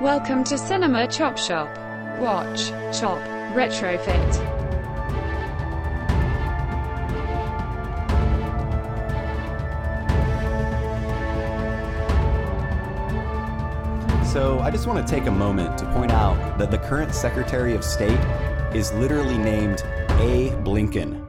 Welcome to Cinema Chop Shop. Watch, chop, retrofit. So I just want to take a moment to point out that the current Secretary of State is literally named A. Blinken.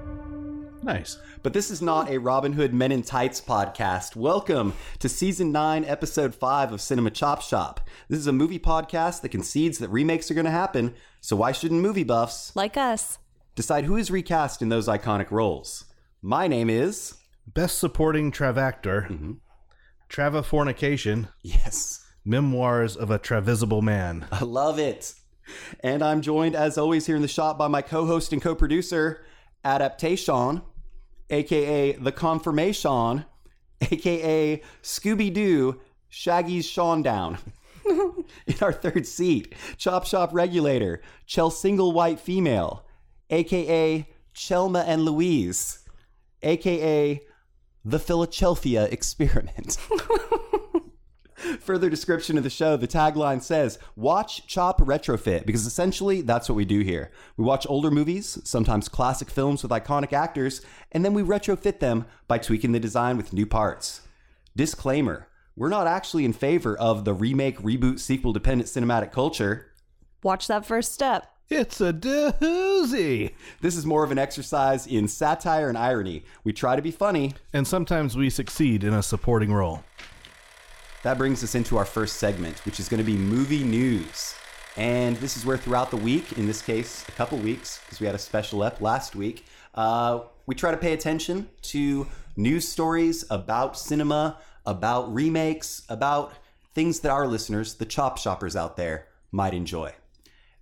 Nice. But this is not a Robin Hood Men in Tights podcast. Welcome to season nine, episode five of Cinema Chop Shop. This is a movie podcast that concedes that remakes are going to happen, so why shouldn't movie buffs Like us. decide who is recast in those iconic roles? My name is. Best supporting Travactor, Trava Fornication, Yes. Memoirs of a Travisible Man. I love it. And I'm joined, as always, here in the shop by my co host and co producer, Adaptation, aka The Confirmation, aka Scooby Doo Shaggy's Sean Down. in our third seat, Chop Shop Regulator, Chell Single White Female, aka Chelma and Louise, aka The Philadelphia Experiment. Further description of the show, the tagline says, Watch, chop, retrofit, because essentially that's what we do here. We watch older movies, sometimes classic films with iconic actors, and then we retrofit them by tweaking the design with new parts. Disclaimer we're not actually in favor of the remake, reboot, sequel dependent cinematic culture. Watch that first step. It's a doozy. This is more of an exercise in satire and irony. We try to be funny. And sometimes we succeed in a supporting role. That brings us into our first segment, which is going to be movie news. And this is where throughout the week, in this case, a couple weeks, because we had a special ep last week, uh, we try to pay attention to news stories about cinema, about remakes, about things that our listeners, the chop shoppers out there, might enjoy.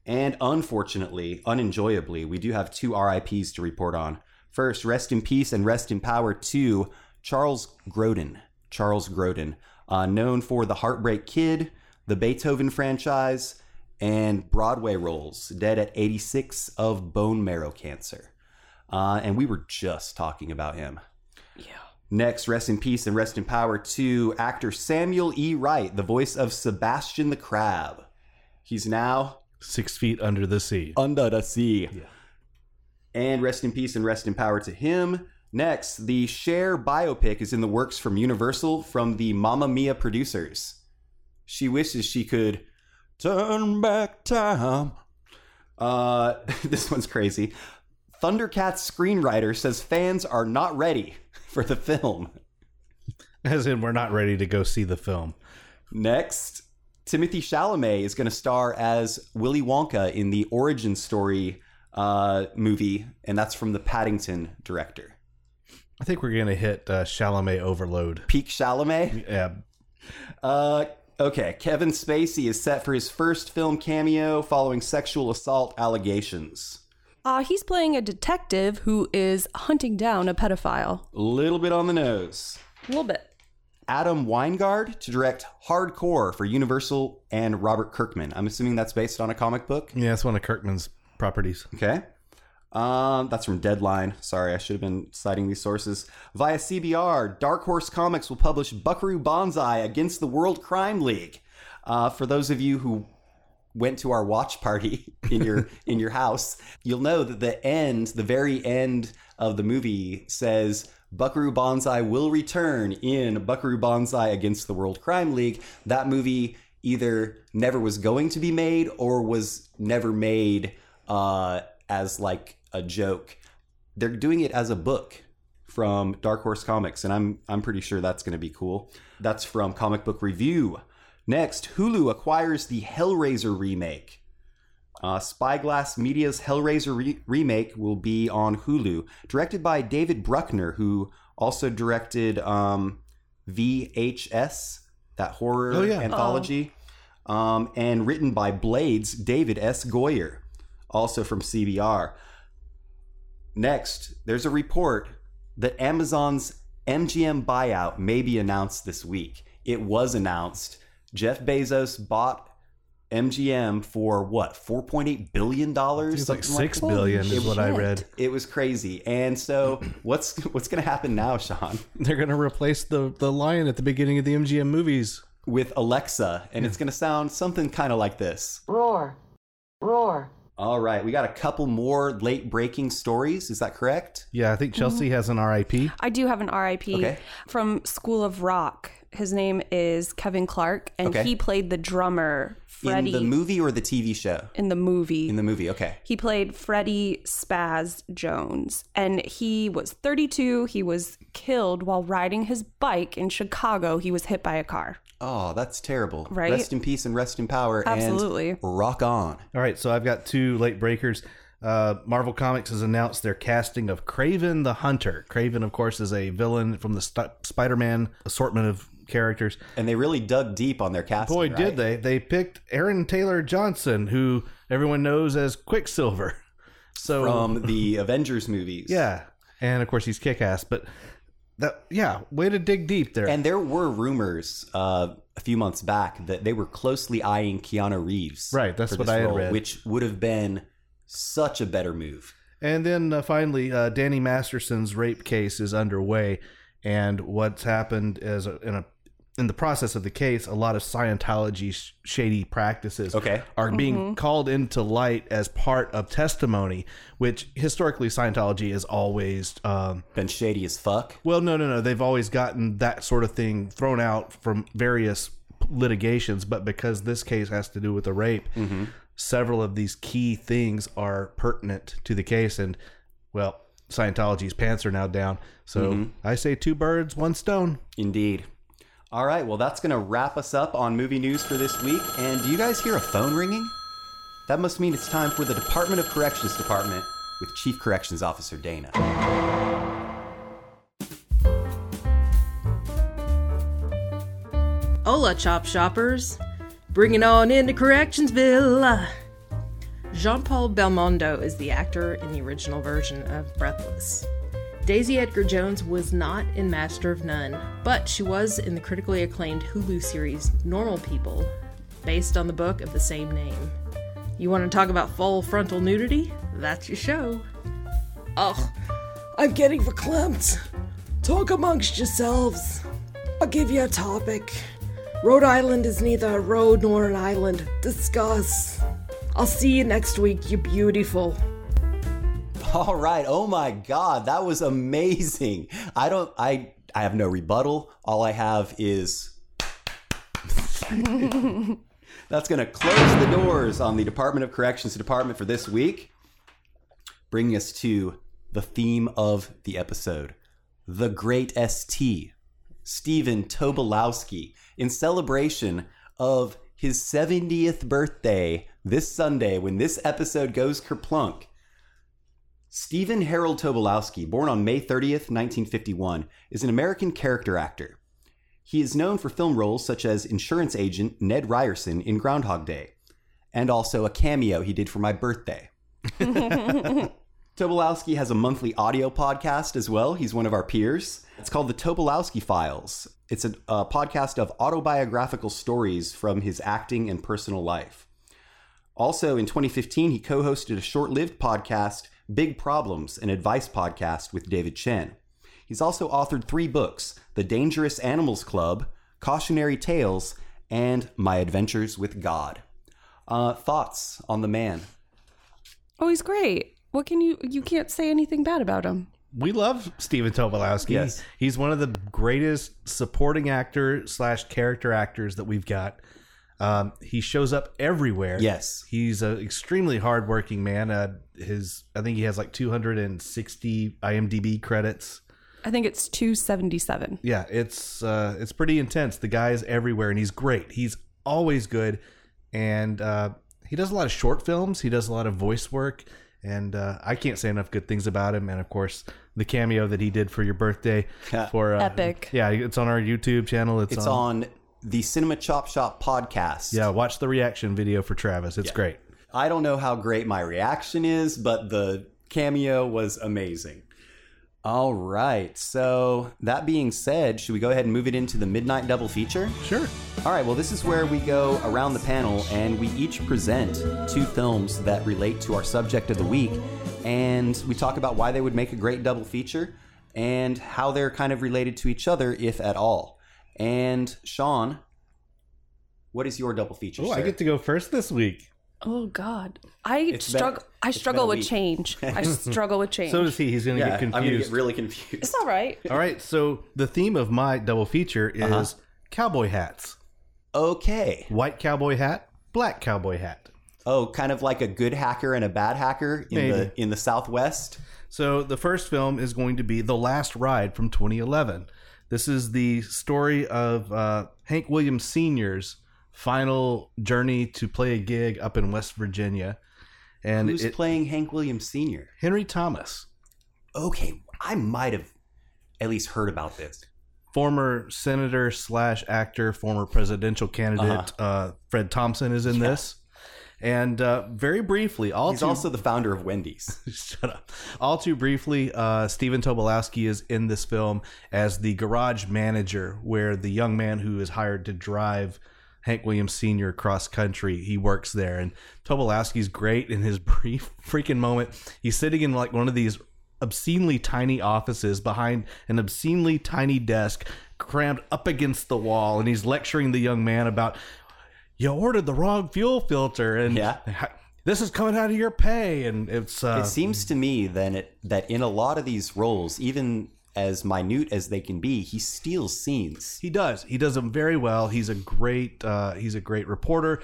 And unfortunately, unenjoyably, we do have two RIPs to report on. First, rest in peace and rest in power to Charles Grodin. Charles Grodin, uh, known for The Heartbreak Kid, the Beethoven franchise, and Broadway roles, dead at 86 of bone marrow cancer. Uh, and we were just talking about him. Next, rest in peace and rest in power to actor Samuel E. Wright, the voice of Sebastian the Crab. He's now Six feet under the sea. under the sea. And rest in peace and rest in power to him. Next, the Cher biopic is in the works from Universal from the Mamma Mia producers. She wishes she could turn back time. Uh, this one's crazy. Thundercats screenwriter says fans are not ready for the film. As in, we're not ready to go see the film. Next, Timothy Chalamet is going to star as Willy Wonka in the origin story uh, movie, and that's from the Paddington director. I think we're going to hit uh, Chalamet overload. Peak Chalamet. Yeah. Uh, okay, Kevin Spacey is set for his first film cameo following sexual assault allegations. Uh, he's playing a detective who is hunting down a pedophile. A little bit on the nose. A little bit. Adam Weingard to direct Hardcore for Universal and Robert Kirkman. I'm assuming that's based on a comic book. Yeah, it's one of Kirkman's properties. Okay. Um, that's from Deadline. Sorry, I should have been citing these sources. Via CBR, Dark Horse Comics will publish Buckaroo Banzai Against the World Crime League. Uh, for those of you who went to our watch party in your in your house, you'll know that the end, the very end of the movie says Buckaroo Banzai will return in Buckaroo Banzai Against the World Crime League. That movie either never was going to be made or was never made uh, as like a joke. They're doing it as a book from Dark Horse Comics, and I'm I'm pretty sure that's going to be cool. That's from Comic Book Review. Next, Hulu acquires the Hellraiser remake. Uh, Spyglass Media's Hellraiser re- remake will be on Hulu, directed by David Bruckner, who also directed um, VHS, that horror Oh, yeah. anthology, um, and written by Blades David S. Goyer, also from CBR. Next, there's a report that Amazon's MGM buyout may be announced this week. It was announced. Jeff Bezos bought MGM for what, $4.8 billion? It's Something like six that? billion is what I shit. read. It was crazy. And so, what's what's going to happen now, Sean? They're going to replace the, the lion at the beginning of the MGM movies with Alexa, and it's going to sound something kind of like this. Roar. Roar. All right, we got a couple more late breaking stories. Is that correct? Yeah, I think Chelsea has an RIP. I do have an RIP Okay. from School of Rock. His name is Kevin Clark, and Okay. he played the drummer In Freddie the movie or the TV show? in the movie. In the movie, okay. He played Freddie Spaz Jones, and he was 32. He was killed while riding his bike in Chicago. He was hit by a car. Oh, that's terrible. Right? Rest in peace and rest in power. Absolutely. And rock on. All right, so I've got two late breakers. Uh, Marvel Comics has announced their casting of Craven the Hunter. Craven, of course, is a villain from the St- Spider-Man assortment of characters. And they really dug deep on their casting. Boy, right? did they! They picked Aaron Taylor Johnson, who everyone knows as Quicksilver. So From the Avengers movies. yeah, and of course he's kick-ass. But that yeah, way to dig deep there. And there were rumors uh, a few months back that they were closely eyeing Keanu Reeves. Right, that's for what this I had role, read. Which would have been such a better move. And then uh, finally, uh, Danny Masterson's rape case is underway, and what's happened is uh, in a in the process of the case, a lot of Scientology sh- shady practices Okay. are being called into light as part of testimony, which historically Scientology is always. Um, Been shady as fuck. well, no, no, no. They've always gotten that sort of thing thrown out from various litigations, but because this case has to do with a rape, several of these key things are pertinent to the case. And, well, Scientology's pants are now down. So I say two birds, one stone. Indeed. All right, well, that's going to wrap us up on movie news for this week. And do you guys hear a phone ringing? That must mean it's time for the Department of Corrections Department with Chief Corrections Officer Dana. Hola, Chop Shoppers. Bringing on into Correctionsville. Jean Paul Belmondo is the actor in the original version of Breathless. Daisy Edgar Jones was not in Master of None, but she was in the critically acclaimed Hulu series Normal People, based on the book of the same name. You want to talk about full frontal nudity? That's your show. Ugh, I'm getting verklempt. Talk amongst yourselves. I'll give you a topic. Rhode Island is neither a road nor an island. Discuss. I'll see you next week, you beautiful. All right. Oh my God, that was amazing. I don't. I. I have no rebuttal. All I have is. That's going to close the doors on the Department of Corrections Department for this week, bringing us to the theme of the episode the great ST, Stephen Tobolowski, in celebration of his 70th birthday this Sunday when this episode goes kerplunk. Stephen Harold Tobolowsky, born on May 30th, 1951, is an American character actor. He is known for film roles such as insurance agent Ned Ryerson in Groundhog Day, and also a cameo he did for my birthday. Tobolowsky has a monthly audio podcast as well. He's one of our peers. It's called The Tobolowsky Files. It's a, a podcast of autobiographical stories from his acting and personal life. Also, in 2015, he co hosted a short lived podcast, Big Problems, an advice podcast with David Chen. He's also authored three books The Dangerous Animals Club, Cautionary Tales, and My Adventures with God. Uh, thoughts on the man? Oh, he's great. What can you? You can't say anything bad about him. We love Stephen Tobolowsky. Yes. He's one of the greatest supporting actor slash character actors that we've got. Um, he shows up everywhere. Yes. He's an extremely hardworking man. Uh, his, I think he has like 260 IMDb credits. I think it's 277. Yeah, it's uh, it's pretty intense. The guy is everywhere, and he's great. He's always good, and uh, he does a lot of short films. He does a lot of voice work, and uh, I can't say enough good things about him. And of course, the cameo that he did for your birthday for uh, Epic. Yeah, it's on our YouTube channel. It's, It's on, on the Cinema Chop Shop podcast. Yeah, watch the reaction video for Travis. It's great. I don't know how great my reaction is, but the cameo was amazing. All right. So, that being said, should we go ahead and move it into the midnight double feature? Sure. All right, well, this is where we go around the panel and we each present two films that relate to our subject of the week. And we talk about why they would make a great double feature and how they're kind of related to each other, if at all. And Sean, What is your double feature? Oh, I sir? get to go first this week. Oh God, I It's been- struggle. I it's been struggle a with week. change. I struggle with change. So does he. He's going to Yeah, get confused. I'm gonna get really confused. it's all right. All right. So the theme of my double feature is cowboy hats. Okay. White cowboy hat, black cowboy hat. Oh, kind of like a good hacker and a bad hacker in Maybe. the in the Southwest. So the first film is going to be The Last Ride from 2011. This is the story of uh, Hank Williams Sr.'s final journey to play a gig up in West Virginia. And Who's it- playing Hank Williams Sr.? Henry Thomas, Okay, I might have at least heard about this. former senator slash actor, former presidential candidate Uh-huh. uh Fred Thompson is in this. And uh, very briefly, all He's too- also the founder of Wendy's. Shut up. All too briefly, uh, Stephen Tobolowsky is in this film as the garage manager, where the young man who is hired to drive Hank Williams Sr. cross country, he works there. And Tobolowsky's great in his brief freaking moment. He's sitting in like one of these obscenely tiny offices behind an obscenely tiny desk, crammed up against the wall, and he's lecturing the young man about you ordered the wrong fuel filter and Yeah. this is coming out of your pay and it's uh it seems to me then it, that in a lot of these roles, even as minute as they can be, he steals scenes. he does he does them very well he's a great uh he's a great reporter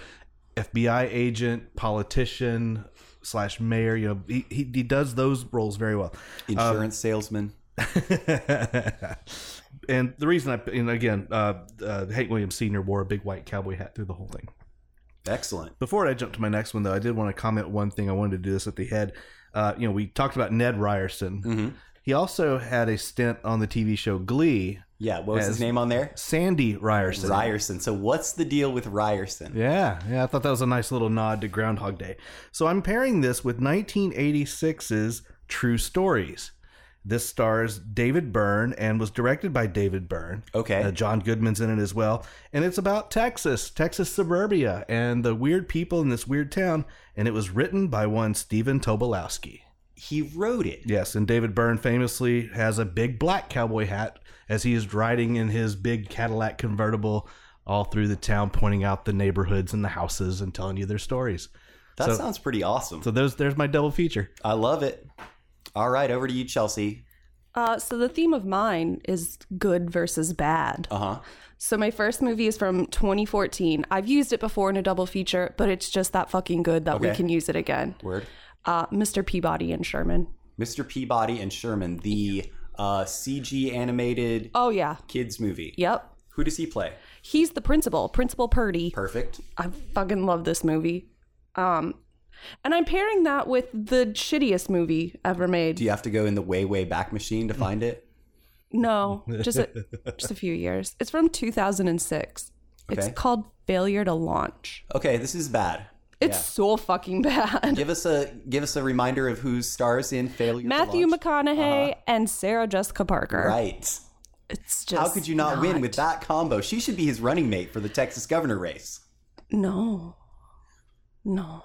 fbi agent politician slash mayor you know he, he, he does those roles very well Um, Insurance salesman. and the reason i and again uh, uh hank williams senior wore a big white cowboy hat through the whole thing Excellent. Before I jump to my next one, though, I did want to comment one thing. I wanted to do this at the head. Uh, you know, we talked about Ned Ryerson. He also had a stint on the TV show Glee. Yeah, what was As- his name on there? Sandy Ryerson. Ryerson. So what's the deal with Ryerson? Yeah, yeah, I thought that was a nice little nod to Groundhog Day. So I'm pairing this with 1986's True Stories. This stars David Byrne and was directed by David Byrne. Okay. Uh, John Goodman's in it as well. And it's about Texas, Texas suburbia, and the weird people in this weird town. And it was written by one Stephen Tobolowsky. He wrote it. Yes, and David Byrne famously has a big black cowboy hat as he is riding in his big Cadillac convertible all through the town, pointing out the neighborhoods and the houses and telling you their stories. That So- sounds pretty awesome. So there's there's my double feature. I love it. All right, over to you, Chelsea. Uh, so the theme of mine is good versus bad. Uh huh. So my first movie is from 2014. I've used it before in a double feature, but it's just that fucking good that we Okay. can use it again. Word. Uh, Mr. Peabody and Sherman. Mr. Peabody and Sherman, the uh, CG animated Oh yeah, kids movie. yep. Who does he play? He's the principal, Principal Purdy. Perfect. I fucking love this movie. Um, and I'm pairing that with the shittiest movie ever made. Do you have to go in the way way back machine Mm. to find it? No, just a, just a few years. It's from 2006. Okay. It's called Failure to Launch. Okay, this is bad. It's so fucking bad. Give us a give us a reminder of who stars in Failure. to Matthew Launch. Uh-huh. McConaughey and Sarah Jessica Parker. Right. It's just How could you not, win with that combo? She should be his running mate for the Texas governor race. No, no.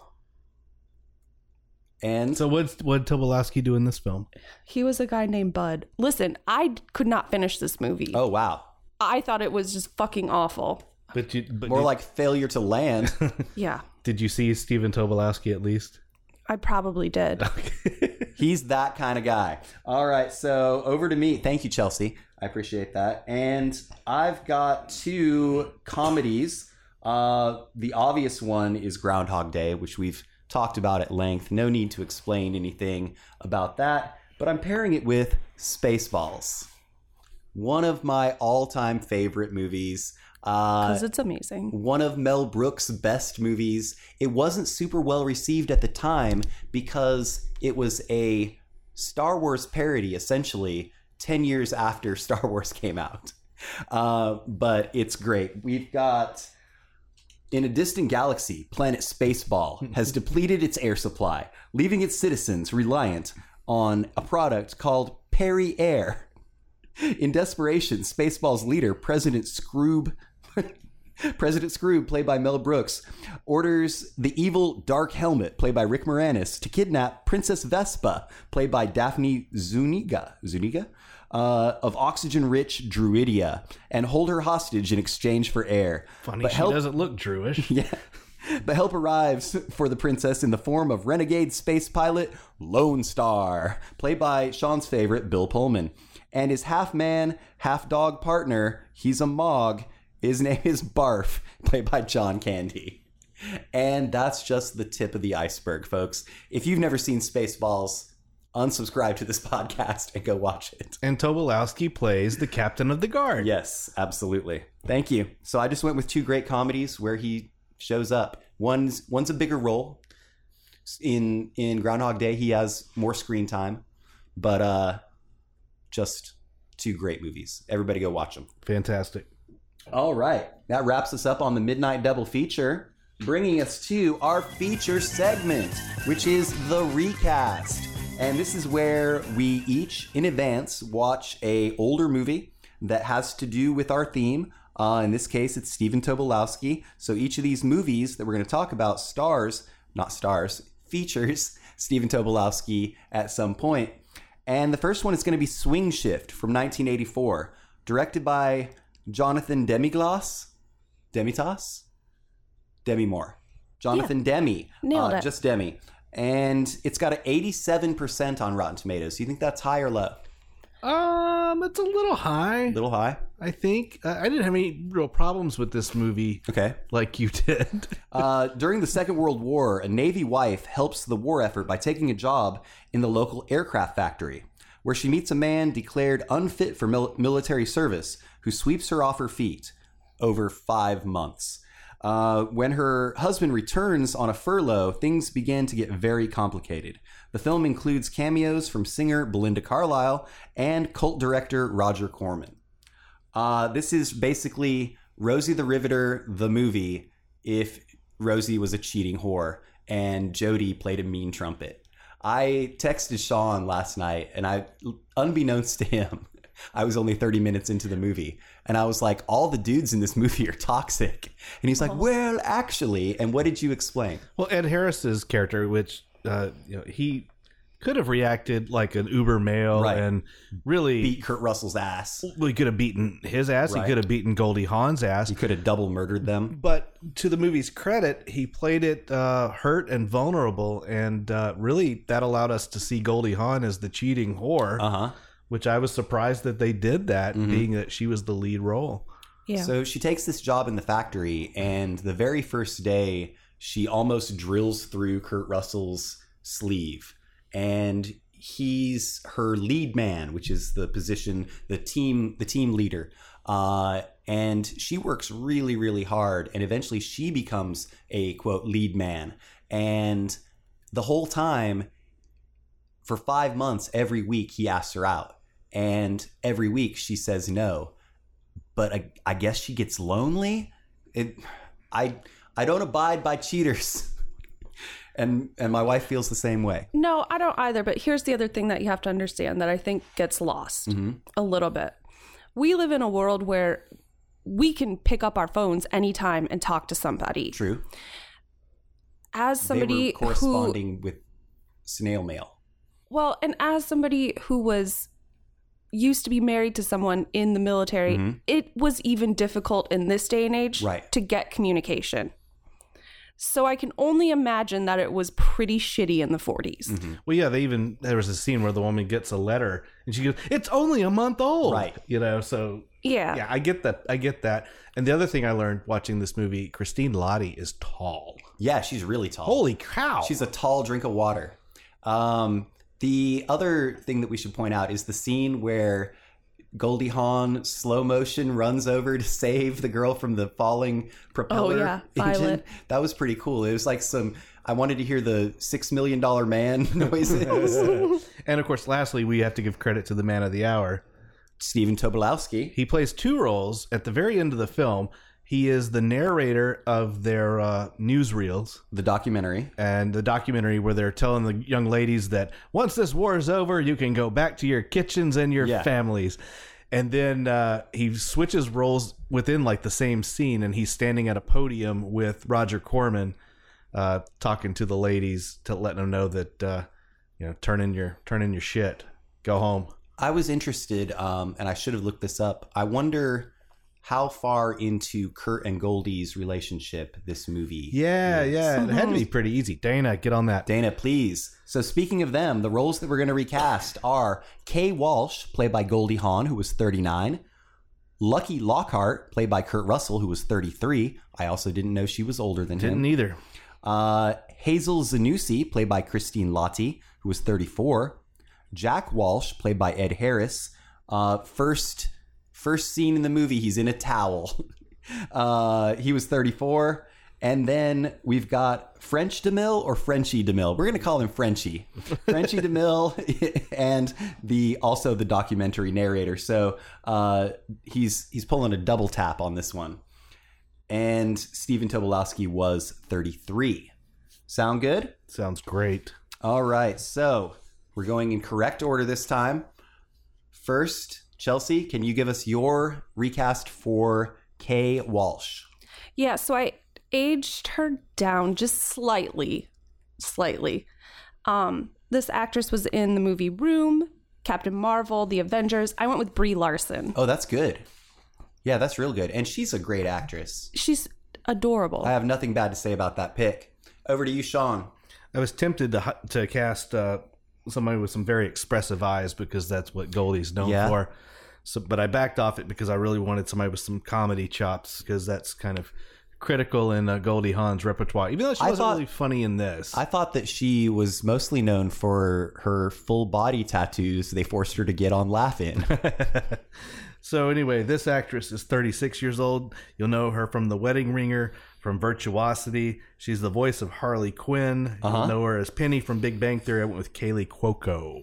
And So what's what did Tobolowsky do in this film? He was a guy named Bud. Listen, I d- could not finish this movie. oh wow, I thought it was just fucking awful. But you, but more did, like failure to land. Yeah, did you see Stephen Tobolowsky at least? I probably did. Uh, He's that kind of guy. All right, so over to me. Thank you, Chelsea. I appreciate that. And I've got two comedies. Uh, the obvious one is Groundhog Day, which we've talked about at length. No need to explain anything about that. But I'm pairing it with Spaceballs, one of my all-time favorite movies. Uh, Because it's amazing. one of Mel Brooks' best movies. It wasn't super well received at the time because it was a Star Wars parody, essentially, 10 years after Star Wars came out. Uh, but it's great. We've got. In a distant galaxy, planet Spaceball has depleted its air supply, leaving its citizens reliant on a product called Perry Air. In desperation, Spaceball's leader, President Scroob, President Scroob, played by Mel Brooks, orders the evil Dark Helmet, played by Rick Moranis, to kidnap Princess Vespa, played by Daphne Zuniga, Zuniga, uh, of oxygen rich Druidia and hold her hostage in exchange for air. Funny, But she help- doesn't look Jewish. Yeah. The help arrives for the princess in the form of renegade space pilot Lone Star, played by Sean's favorite Bill Pullman, and his half man, half dog partner. He's a Mog. His name is Barf, played by John Candy. And that's just the tip of the iceberg, folks. If you've never seen Spaceballs, unsubscribe to this podcast and go watch it. And Tobolowski plays the captain of the guard. Yes, absolutely. Thank you. So I just went with two great comedies where he shows up. One's one's a bigger role. In in Groundhog Day, he has more screen time, but uh just two great movies. Everybody go watch them. Fantastic. All right. That wraps us up on the Midnight Double feature, bringing us to our feature segment, which is the recast. And this is where we each in advance watch a older movie that has to do with our theme. Uh, in this case, it's Stephen Tobolowsky. So each of these movies that we're going to talk about stars, not stars, features Stephen Tobolowsky at some point. And the first one is going to be Swing Shift from 1984, directed by Jonathan Demiglass, Demitas, Demi Moore, Jonathan Demi, Nailed uh, it. just Demi, and it's got an 87% on Rotten Tomatoes. Do you think that's high or low? Um, it's a little high. A little high. I think uh, I didn't have any real problems with this movie Okay. like you did. Uh, during the Second World War, a Navy wife helps the war effort by taking a job in the local aircraft factory, where she meets a man declared unfit for mil- military service who sweeps her off her feet over five months. Uh, when her husband returns on a furlough, things begin to get very complicated. The film includes cameos from singer Belinda Carlisle and cult director Roger Corman. Uh, this is basically Rosie the Riveter, the movie, if Rosie was a cheating whore and Jody played a mean trumpet. I texted Sean last night, and I, unbeknownst to him, I was only 30 minutes into the movie, and I was like, all the dudes in this movie are toxic. And he's like, well, actually, and what did you explain? Well, Ed Harris's character, which uh, you know, he could have reacted like an Uber male Right. and really Beat Kurt Russell's ass. well, he could have beaten his ass. Right. He could have beaten Goldie Hawn's ass. He could have double murdered them. But to the movie's credit, he played it uh, hurt and vulnerable, and uh, really that allowed us to see Goldie Hawn as the cheating whore, Uh huh. which I was surprised that they did that, Mm-hmm. being that she was the lead role. Yeah. So she takes this job in the factory, and the very first day, she almost drills through Kurt Russell's sleeve. And he's her lead man, which is the position, the team, the team leader. Uh, and she works really, really hard, and eventually she becomes a quote lead man. And the whole time, for five months, every week he asks her out, and every week she says no but I, I guess she gets lonely. It, I I don't abide by cheaters, and and my wife feels the same way. No, I don't either. But here's the other thing that you have to understand that I think gets lost Mm-hmm. a little bit. We live in a world where we can pick up our phones anytime and talk to somebody. True, As they somebody were who, corresponding with snail mail. well, and as somebody who was used to be married to someone in the military, it was even difficult in this day and age Mm-hmm. Right. to get communication. So I can only imagine that it was pretty shitty in the 40s. Mm-hmm. Well, yeah, they even there was a scene where the woman gets a letter and she goes, "It's only a month old," Right. You know, so Yeah. yeah, I get that. I get that. And the other thing I learned watching this movie, Christine Lottie is tall. Yeah, she's really tall. Holy cow! She's a tall drink of water. Um, the other thing that we should point out is the scene where Goldie Hawn slow motion runs over to save the girl from the falling propeller Oh, yeah, engine. Violet. That was pretty cool. It was like some. I wanted to hear the six million dollar man noises. and of course, lastly, we have to give credit to the man of the hour. Stephen Tobolowsky. He plays two roles at the very end of the film. He is the narrator of their uh, newsreels The documentary. and the documentary where they're telling the young ladies that once this war is over, you can go back to your kitchens and your Yeah. families. And then uh, he switches roles within like the same scene, and he's standing at a podium with Roger Corman, uh, talking to the ladies to letting them know that uh, you know turn in your turn in your shit, go home. I was interested, um, and I should have looked this up. I wonder how far into Kurt and Goldie's relationship this movie. Yeah, is. yeah. It had to be pretty easy. Dana, get on that. Dana, please. So, speaking of them, the roles that we're going to recast are Kay Walsh, played by Goldie Hawn, who was 39, Lucky Lockhart, played by Kurt Russell, who was 33. I also didn't know she was older than him. Didn't either. Uh, Hazel Zanussi, played by Christine Lottie, who was 34. Jack Walsh, played by Ed Harris. Uh, first, first scene in the movie, he's in a towel. uh, he was 34. And then we've got French DeMille or Frenchie DeMille. We're going to call him Frenchie. Frenchie DeMille and the also the documentary narrator. So uh, he's he's pulling a double tap on this one and Stephen Tobolowsky was 33. Sound good? Sounds great. All right, so we're going in correct order this time. First, Chelsea, can you give us your recast for Kay Walsh? Yeah, so I aged her down just slightly, slightly. Um, this actress was in the movie Room, Captain Marvel, The Avengers. I went with Brie Larson. Oh, that's good. Yeah, that's real good. And she's a great actress. She's adorable. I have nothing bad to say about that pick. Over to you, Sean. I was tempted to hu- to cast uh, somebody with some very expressive eyes because that's what Goldie's known Yeah. for. So, but I backed off it because I really wanted somebody with some comedy chops because that's kind of critical in uh, Goldie Hawn's repertoire. Even though she I wasn't thought- really funny in this, I thought that she was mostly known for her full body tattoos they forced her to get on Laugh In. So anyway, this actress is 36 years old. You'll know her from The Wedding Ringer, from Virtuosity. She's the voice of Harley Quinn. Uh-huh. You'll know her as Penny from Big Bang Theory. I went with Kaylee Cuoco.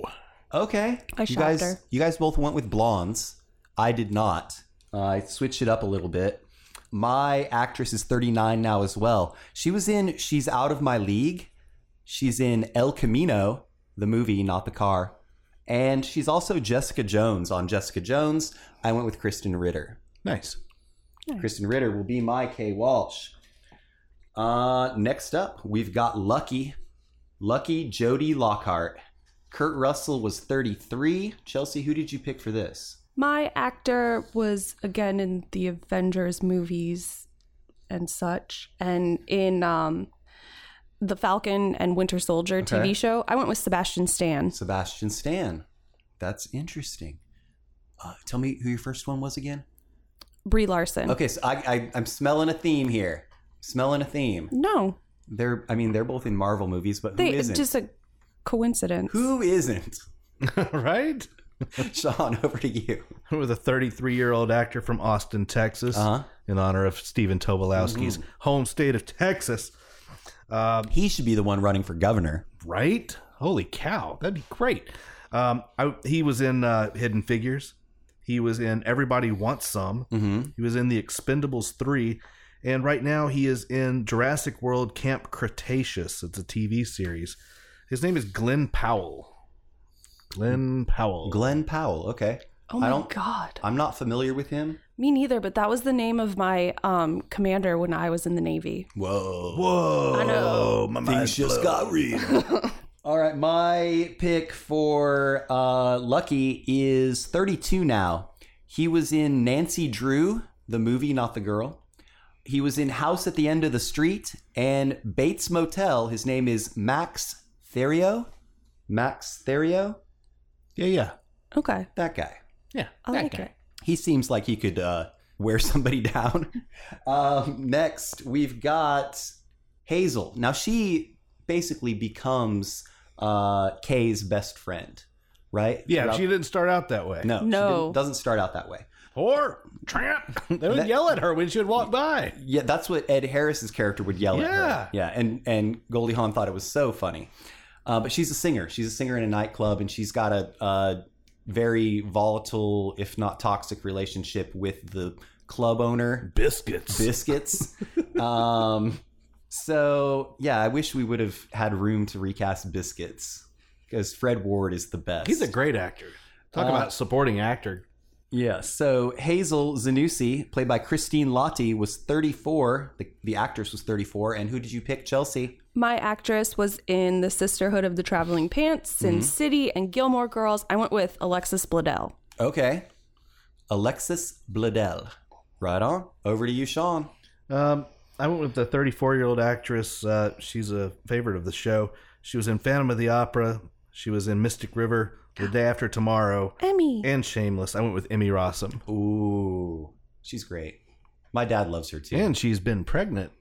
Okay. I you shopped guys, her. You guys both went with blondes. I did not. Uh, I switched it up a little bit. My actress is 39 now as well. She was in She's Out of My League. She's in El Camino, the movie, not the car. And she's also Jessica Jones on Jessica Jones. I went with Kristen Ritter. Nice. Kristen Ritter will be my Kay Walsh. Uh, next up, we've got Lucky. Lucky Jody Lockhart. Kurt Russell was 33. Chelsea, who did you pick for this? My actor was again in the Avengers movies and such, and in um, the Falcon and Winter Soldier Okay. TV show. I went with Sebastian Stan. Sebastian Stan. That's interesting. Uh, tell me who your first one was again. Brie Larson. Okay, so I, I, I'm smelling a theme here. Smelling a theme. No, They're, I mean, they're both in Marvel movies, but who they isn't? just a coincidence. Who isn't? right? Sean, over to you. With a 33 year old actor from Austin, Texas, Uh-huh. Mm-hmm. in honor of Stephen Tobolowsky's home state of Texas. Um, He should be the one running for governor. Right? Holy cow. That'd be great. Um, I, he was in uh, Hidden Figures. He was in Everybody Wants Some. Mm-hmm. He was in The Expendables 3. And right now he is in Jurassic World Camp Cretaceous. It's a TV series. His name is Glenn Powell. Glenn Powell. Glenn Powell. Okay. Oh I my don't- god. I'm not familiar with him. Me neither, but that was the name of my um, commander when I was in the Navy. Whoa. Whoa. I know. My Things mind's just blown. got real. All right, my pick for uh, Lucky is 32 now. He was in Nancy Drew, the movie, not the girl. He was in House at the End of the Street and Bates Motel. His name is Max Therio. Max Therio? Yeah, yeah. Okay. That guy. Yeah. I that like guy. it. he seems like he could uh, wear somebody down. um, next, we've got Hazel. Now she basically becomes uh, Kay's best friend, right? Yeah, Throughout- she didn't start out that way. no, she No. didn't- doesn't start out that way. Whore, tramp. They would That- yell at her when she would walk by. Yeah, that's what Ed Harris's character would yell at her. Yeah. Yeah, and and Goldie Hawn thought it was so funny. Uh, but she's a singer. She's a singer in a nightclub, and she's got a, a very volatile, if not toxic, relationship with the club owner Biscuits. biscuits. um, so yeah, I wish we would have had room to recast biscuits because Fred Ward is the best. He's a great actor. Talk Uh, about supporting actor. yeah. So Hazel Zanussi, played by Christine Lottie, was 34. The, the actress was 34. And who did you pick, Chelsea? My actress was in The Sisterhood of the Traveling Pants, Sin City, and Gilmore Girls. I went with Alexis Bledel. Okay. Alexis Bledel. Right on. Over to you, Sean. Um, I went with the 34 year old actress. Uh, she's a favorite of the show. She was in Phantom of the Opera. She was in Mystic River, The Day After Tomorrow, Emmy. and Shameless. I went with Emmy Rossum. Ooh, she's great. My dad loves her too. And she's been pregnant.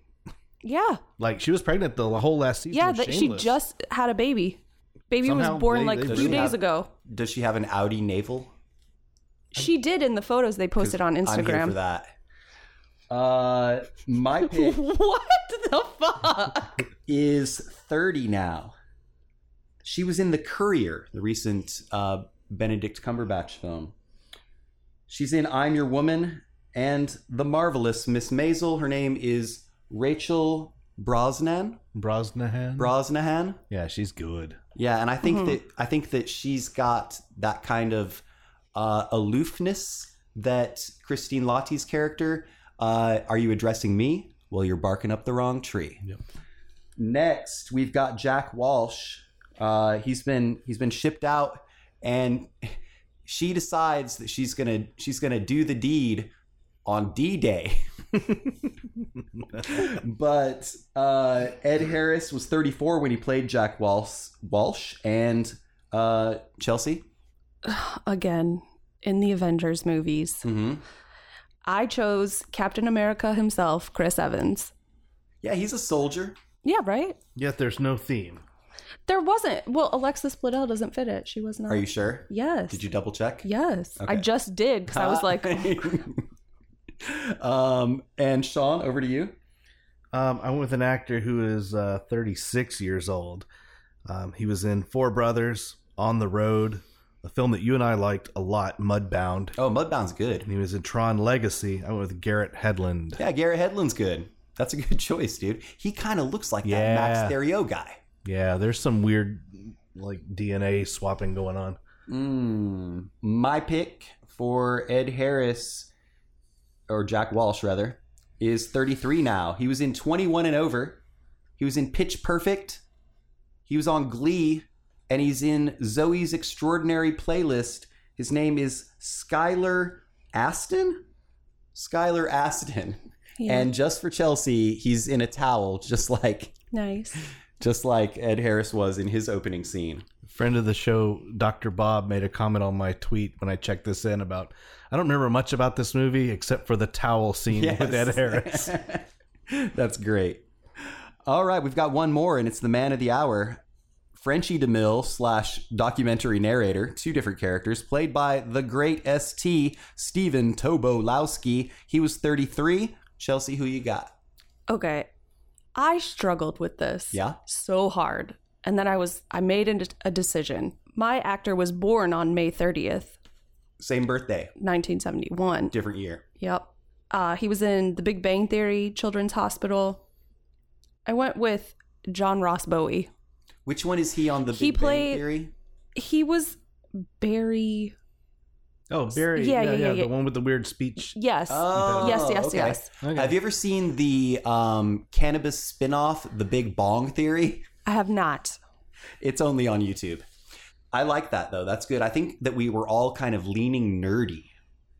yeah. Like she was pregnant the whole last season. Yeah, of that she Shameless. just had a baby. Baby Somehow was born they- like they a just few days have- ago. Does she have an Audi navel? She did in the photos they posted on I'm here for Instagram. that. Uh, my pick What the fuck? is 30 now. She was in The Courier, the recent uh, Benedict Cumberbatch film. She's in I'm Your Woman and The Marvelous Miss Maisel. Her name is Rachel Brosnan. Brosnahan. Brosnahan. yeah, she's good. Yeah, and I think that I think that she's got that kind of uh, aloofness that Christine Lottie's character. Uh, Are you addressing me? Well, you're barking up the wrong tree. Yep. Next, we've got Jack Walsh. Uh, he's been he's been shipped out, and she decides that she's gonna she's gonna do the deed on D Day. but uh, Ed Harris was 34 when he played Jack Walsh, Walsh and uh, Chelsea. Again, in the Avengers movies, Mm-hmm. I chose Captain America himself, Chris Evans. Yeah, he's a soldier. Yeah, right? Yet there's no theme. There wasn't. Well, Alexis Bledel doesn't fit it. She was not. Are you sure? Yes. Did you double check? Yes. I Okay. just did because I was like, um, and Sean, over to you. Um, I went with an actor who is uh, 36 years old. Um, he was in Four Brothers, On the Road, a film that you and I liked a lot, Mudbound. Oh, Mudbound's good. And he was in Tron Legacy. I went with Garrett Hedlund. Yeah, Garrett Hedlund's good. That's a good choice, dude. He kind of looks like that Yeah. Max Therio guy. Yeah, there's some weird like DNA swapping going on. Mm, my pick for Ed Harris, or Jack Walsh rather, is 33 now. He was in 21 and over. He was in Pitch Perfect. He was on Glee, and he's in Zoe's Extraordinary Playlist. His name is Skylar Aston. Skylar Aston. Yeah. And just for Chelsea, he's in a towel, just like nice. just like Ed Harris was in his opening scene. Friend of the show, Dr. Bob, made a comment on my tweet when I checked this in about I don't remember much about this movie except for the towel scene with Ed Harris. That's great. All right, we've got one more, and it's the man of the hour, Frenchie DeMille slash documentary narrator, two different characters, played by the great ST Stephen Tobolowski. He was 33. Chelsea, who you got? Okay. I struggled with this. Yeah. So hard. And then I was, I made a, a decision. My actor was born on May 30th, Same birthday, 1971. different year. Yep. Uh, he was in The Big Bang Theory, Children's Hospital. I went with John Ross Bowie. Which one is he on the He Big Bang played- Theory? He was Barry. Oh, Barry. Yeah, yeah, yeah, yeah. The one with the weird speech. Yes. Oh, yes, yes, okay. yes. Okay. Have you ever seen the um, cannabis spin-off, The Big Bong Theory? I have not. It's only on YouTube. I like that though. That's good. I think that we were all kind of leaning nerdy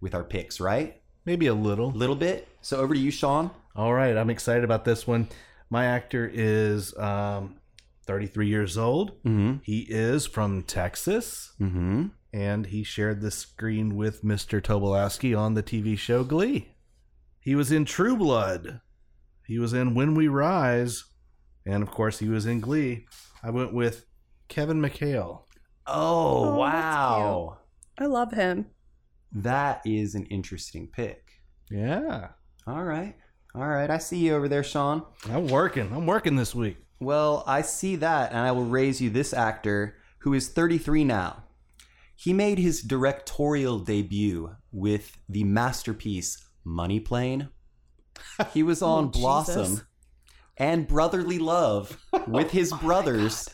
with our picks, right? Maybe A a little. little bit. So over to you, Sean. All right, I'm excited about this one. My actor is um, 33 years old. Mm-hmm. He is from Texas, Mm-hmm. and he shared the screen with Mr. Tobolowski on the TV show Glee. He was in True Blood. He was in When We Rise, and of course, he was in Glee. I went with Kevin McHale. Oh, Oh, wow. I love him. That is an interesting pick. Yeah, All right. All right. I see you over there, Sean. I'm working. I'm working this week. Well, I see that, and I will raise you this actor who is 33 now. He made his directorial debut with the masterpiece Money Plane. He was on Oh, Blossom Jesus. Oh and Brotherly Love with his brothers.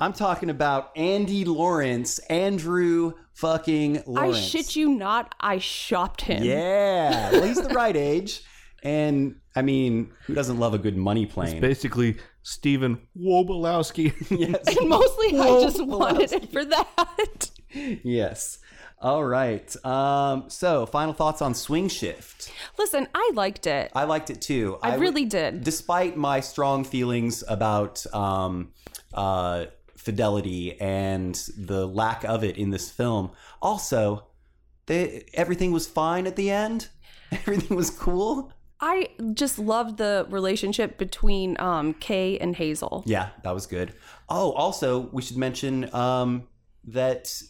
I'm talking about Andy Lawrence, Andrew fucking Lawrence. I shit you not. I shopped him. Yeah. Well, he's the right age. And I mean, who doesn't love a good money plane? Basically, Stephen Wobalowski. Yes. And mostly I just wanted it for that. yes. All right. Um, so, final thoughts on Swing Shift. Listen, I liked it. I liked it too. I, would- really did. despite my strong feelings about um, uh, fidelity and the lack of it in this film, also they, everything was fine at the end. Everything was cool. I just loved the relationship between um, Kay and Hazel. Yeah, that was good. Oh, also we should mention um, that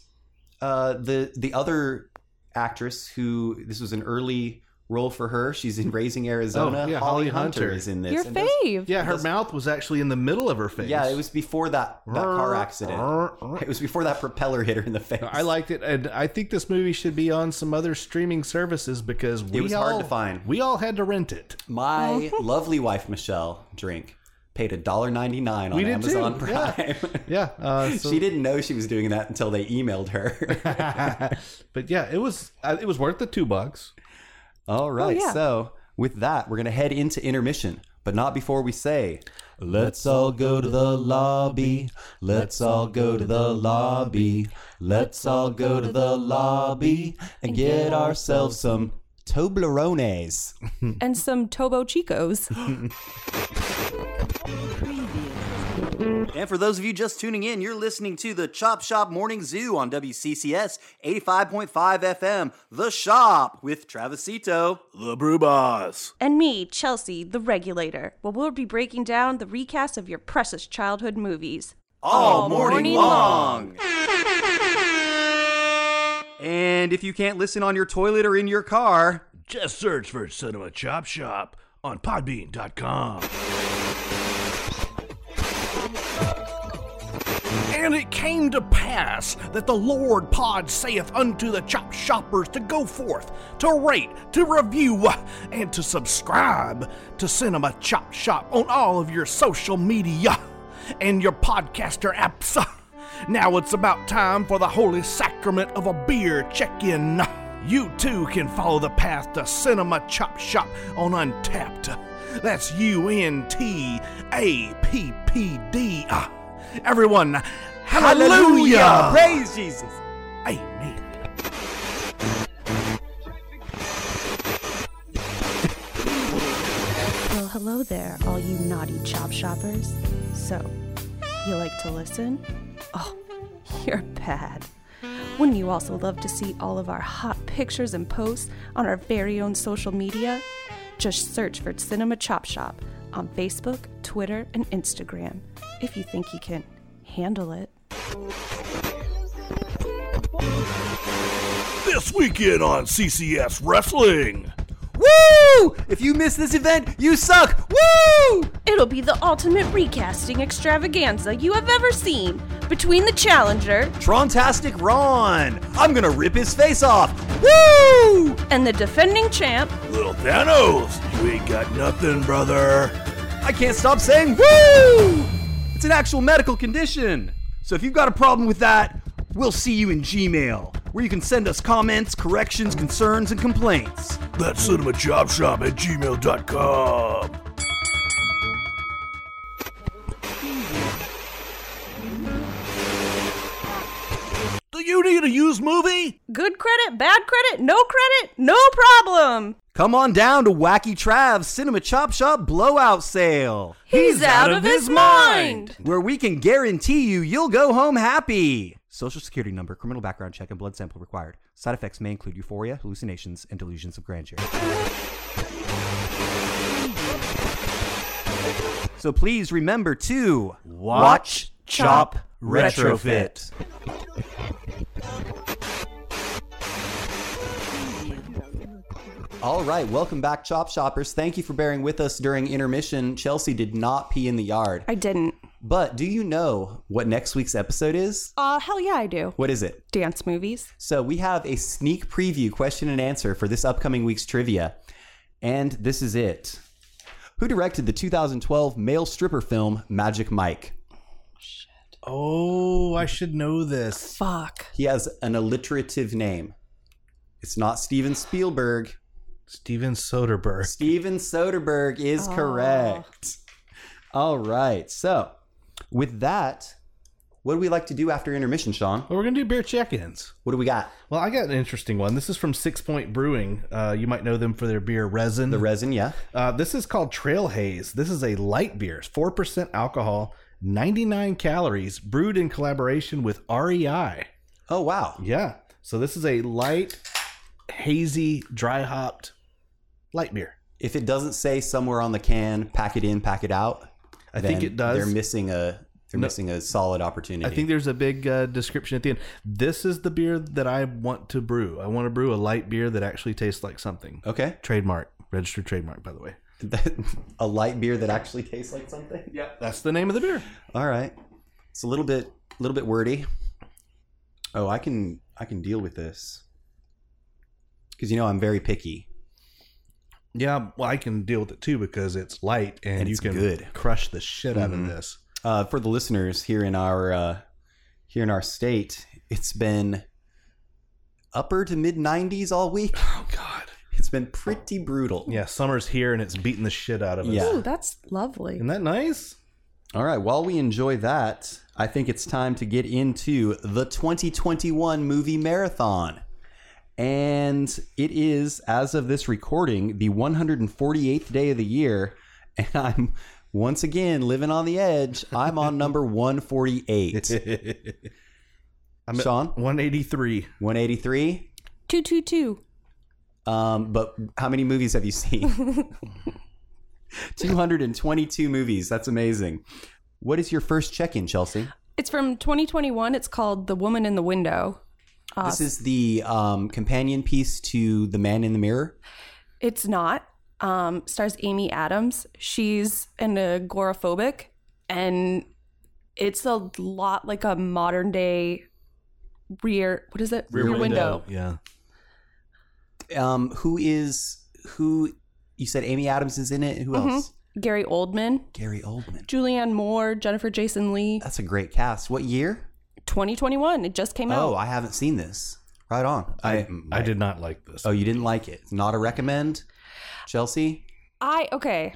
uh, the the other actress who this was an early role for her. She's in Raising Arizona. Oh, yeah, Holly, Holly Hunter. Hunter. is in this. Your And those- fave. yeah, her mouth was actually in the middle of her face. Yeah, it was before that, that car accident. It was before that propeller hit her in the face. I liked it, and I think this movie should be on some other streaming services because we was all, hard to find. We all had to rent it. my lovely wife Michelle drink paid a dollar ninety nine on We did too, Amazon yeah. Prime. Yeah, uh, so, she didn't know she was doing that until they emailed her. but yeah, it was uh, it was worth the two bucks. All right, yeah. so with that, we're gonna head into intermission, but not before we say. Let's all go to the lobby. Let's all go to the lobby. Let's all go to the lobby and get ourselves some Toblerones. and some Tobo Chicos. And for those of you just tuning in, you're listening to the Chop Shop Morning Zoo on WCCS 85.5 FM, The Shop with Travisito. The Brew Boss. and me, Chelsea, the regulator. Well, we'll be breaking down the recast of your precious childhood movies. All, morning long. And if you can't listen on your toilet or in your car, Just search for Cinema Chop Shop on Podbean.com. And it came to pass that the Lord Pod saith unto the chop shoppers to go forth, to rate, to review, and to subscribe to Cinema Chop Shop on all of your social media and your podcaster apps. Now it's about time for the holy sacrament of a beer check in. You too can follow the path to Cinema Chop Shop on Untapped. That's U N T A P P D. Everyone, hallelujah! Praise Jesus! Amen. Well, hello there, all you naughty chop shoppers. So, you like to listen? Oh, you're bad. Wouldn't you also love to see all of our hot pictures and posts on our very own social media? Just search for Cinema Chop Shop on Facebook, Twitter, and Instagram if you think you can handle it. This weekend on CCS Wrestling. Woo! If you miss this event, you suck! Woo! It'll be the ultimate recasting extravaganza you have ever seen between the challenger Trontastic Ron! I'm gonna rip his face off! Woo! and the defending champ. Little Thanos, you ain't got nothing, brother. I can't stop saying woo! It's an actual medical condition. So if you've got a problem with that, we'll see you in Gmail, where you can send us comments, corrections, concerns, and complaints. That's cinemachopshop at gmail.com. Do you need a used movie? Good credit, bad credit, no credit, no problem. Come on down to Wacky Trav's Cinema Chop Shop Blowout Sale, He's, out, of his mind. where we can guarantee you you'll go home happy. Social security number, criminal background check, and blood sample required. Side effects may include euphoria, hallucinations, and delusions of grandeur. So please remember to Watch, chop, retrofit. All right, welcome back, Chop Shoppers. Thank you for bearing with us during intermission. Chelsea did not pee in the yard. I didn't. But do you know what next week's episode is? Uh, hell yeah, I do. What is it? Dance movies. So we have a sneak preview question and answer for this upcoming week's trivia. And this is it. Who directed the 2012 male stripper film Magic Mike? Oh, I should know this. Fuck. He has an alliterative name. It's not Steven Spielberg. Steven Soderbergh. Steven Soderbergh is correct. All right. So, with that, what do we like to do after intermission, Sean? Well, we're gonna do beer check-ins. What do we got? Well, I got an interesting one. This is from Six Point Brewing. Uh, you might know them for their beer resin. The resin, yeah. Uh, this is called Trail Haze. This is a light beer, four percent alcohol, ninety nine calories, brewed in collaboration with E REI. Oh wow. Yeah. So this is a light, hazy, dry hopped light beer. If it doesn't say somewhere on the can, pack it in, pack it out. I think then it does. They're missing a they're No. missing a solid opportunity. I think there's a big uh, description at the end. This is the beer that I want to brew. I want to brew a light beer that actually tastes like something. okay. Trademark, registered trademark, by the way. a light beer that actually tastes like something. Yeah. That's the name of the beer. All right. It's a little bit a little bit wordy. Oh, I can I can deal with this. Cuz you know I'm very picky. Yeah, well, I can deal with it too because it's Mm-hmm. light and, And you it's can good. crush the shit out Mhm. of this. uh, for the listeners here in our uh, here in our state, it's been upper to mid 90s all week. Oh God! It's been pretty brutal. Yeah, summer's here and it's beating the shit out of us. Yeah. Ooh, that's lovely. Isn't that nice? All right. While we enjoy that, I think it's time to get into the 2021 movie marathon. And it is, as of this recording, the 148th day of the year. And I'm once again living on the edge. I'm on number 148. I'm at Sean? 183. 183. Two two two. Um, but how many movies have you seen? 222 movies. That's amazing. What is your first check in, Chelsea? It's from 2021. It's called The Woman in the Window. Uh, This is the um, companion piece to The Man in the Mirror. It's not. Um, stars Amy Adams. She's an agoraphobic, and it's a lot like a modern day rear. What is it? Yeah. Um, who is who? You said Amy Adams is in it. Who Mm-hmm. else? Gary Oldman, Gary Oldman. Julianne Moore, Jennifer Jason Lee. That's a great cast. What year? 2021. It just came Oh, out. I haven't seen this. Right on. I, I did not like this. Oh, you didn't like it. Not a recommend. Chelsea. I okay.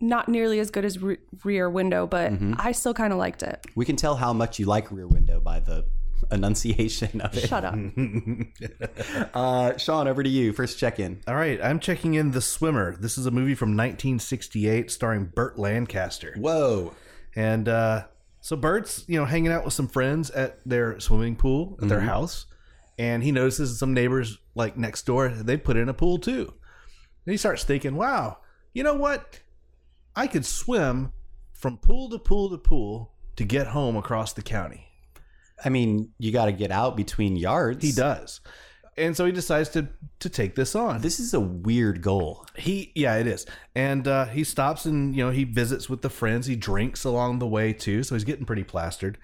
Not nearly as good as re- Rear Window, but Mm-hmm. I still kind of liked it. We can tell how much you like Rear Window by the enunciation of it. Shut up. Uh, Sean, over to you. First check in. All right, I'm checking in The Swimmer. This is a movie from 1968 starring Burt Lancaster. Whoa. And uh, so Bert's, you know, hanging out with some friends at their swimming pool at their house, and he notices some neighbors like next door they put in a pool too. And he starts thinking, "Wow, you know what? I could swim from pool to pool to pool to get home across the county." I mean, you got to get out between yards. He does, and so he decides to to take this on. This is a weird goal. He, yeah, it is. And uh, he stops and, you know, he visits with the friends. He drinks along the way, too. So he's getting pretty plastered.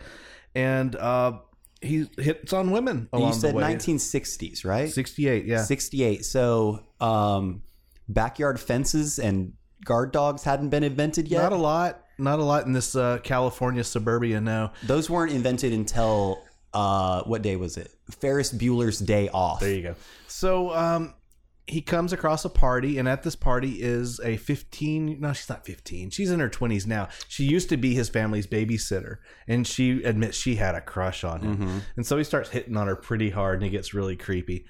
And uh, he hits on women along you said the way. 1960s, right? 68, yeah. 68. So, um, backyard fences and guard dogs hadn't been invented yet. Not a lot. Not a lot in this uh, California suburbia, no. Those weren't invented until uh, what day was it? Ferris Bueller's Day Off. There you go. So um, he comes across a party, and at this party is a 15. No, she's not 15. She's in her 20s now. She used to be his family's babysitter, and she admits she had a crush on him. And so he starts hitting on her pretty hard, and it gets really creepy.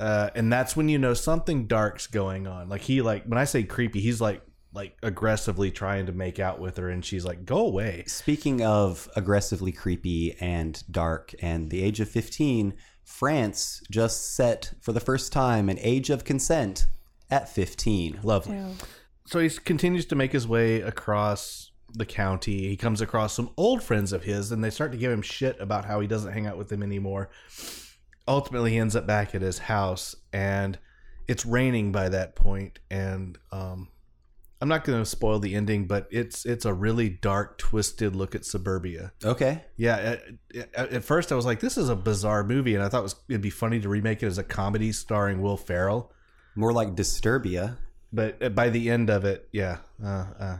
Uh, and that's when you know something dark's going on. Like he like when I say creepy, he's like like aggressively trying to make out with her, and she's like, "Go away." Speaking of aggressively creepy and dark and the age of 15, France just set for the first time an age of consent at 15. Lovely. so he s- continues to make his way across the county. He comes across some old friends of his, and they start to give him shit about how he doesn't hang out with them anymore. Ultimately, he ends up back at his house, and it's raining by that point. And um, I'm not going to spoil the ending, but it's it's a really dark, twisted look at suburbia. Okay. Yeah, at, at- at first I was like, "This is a bizarre movie," and I thought it was, it'd be funny to remake it as a comedy starring Will Ferrell More like Disturbia. but uh, by the end of it, yeah. Uh, uh,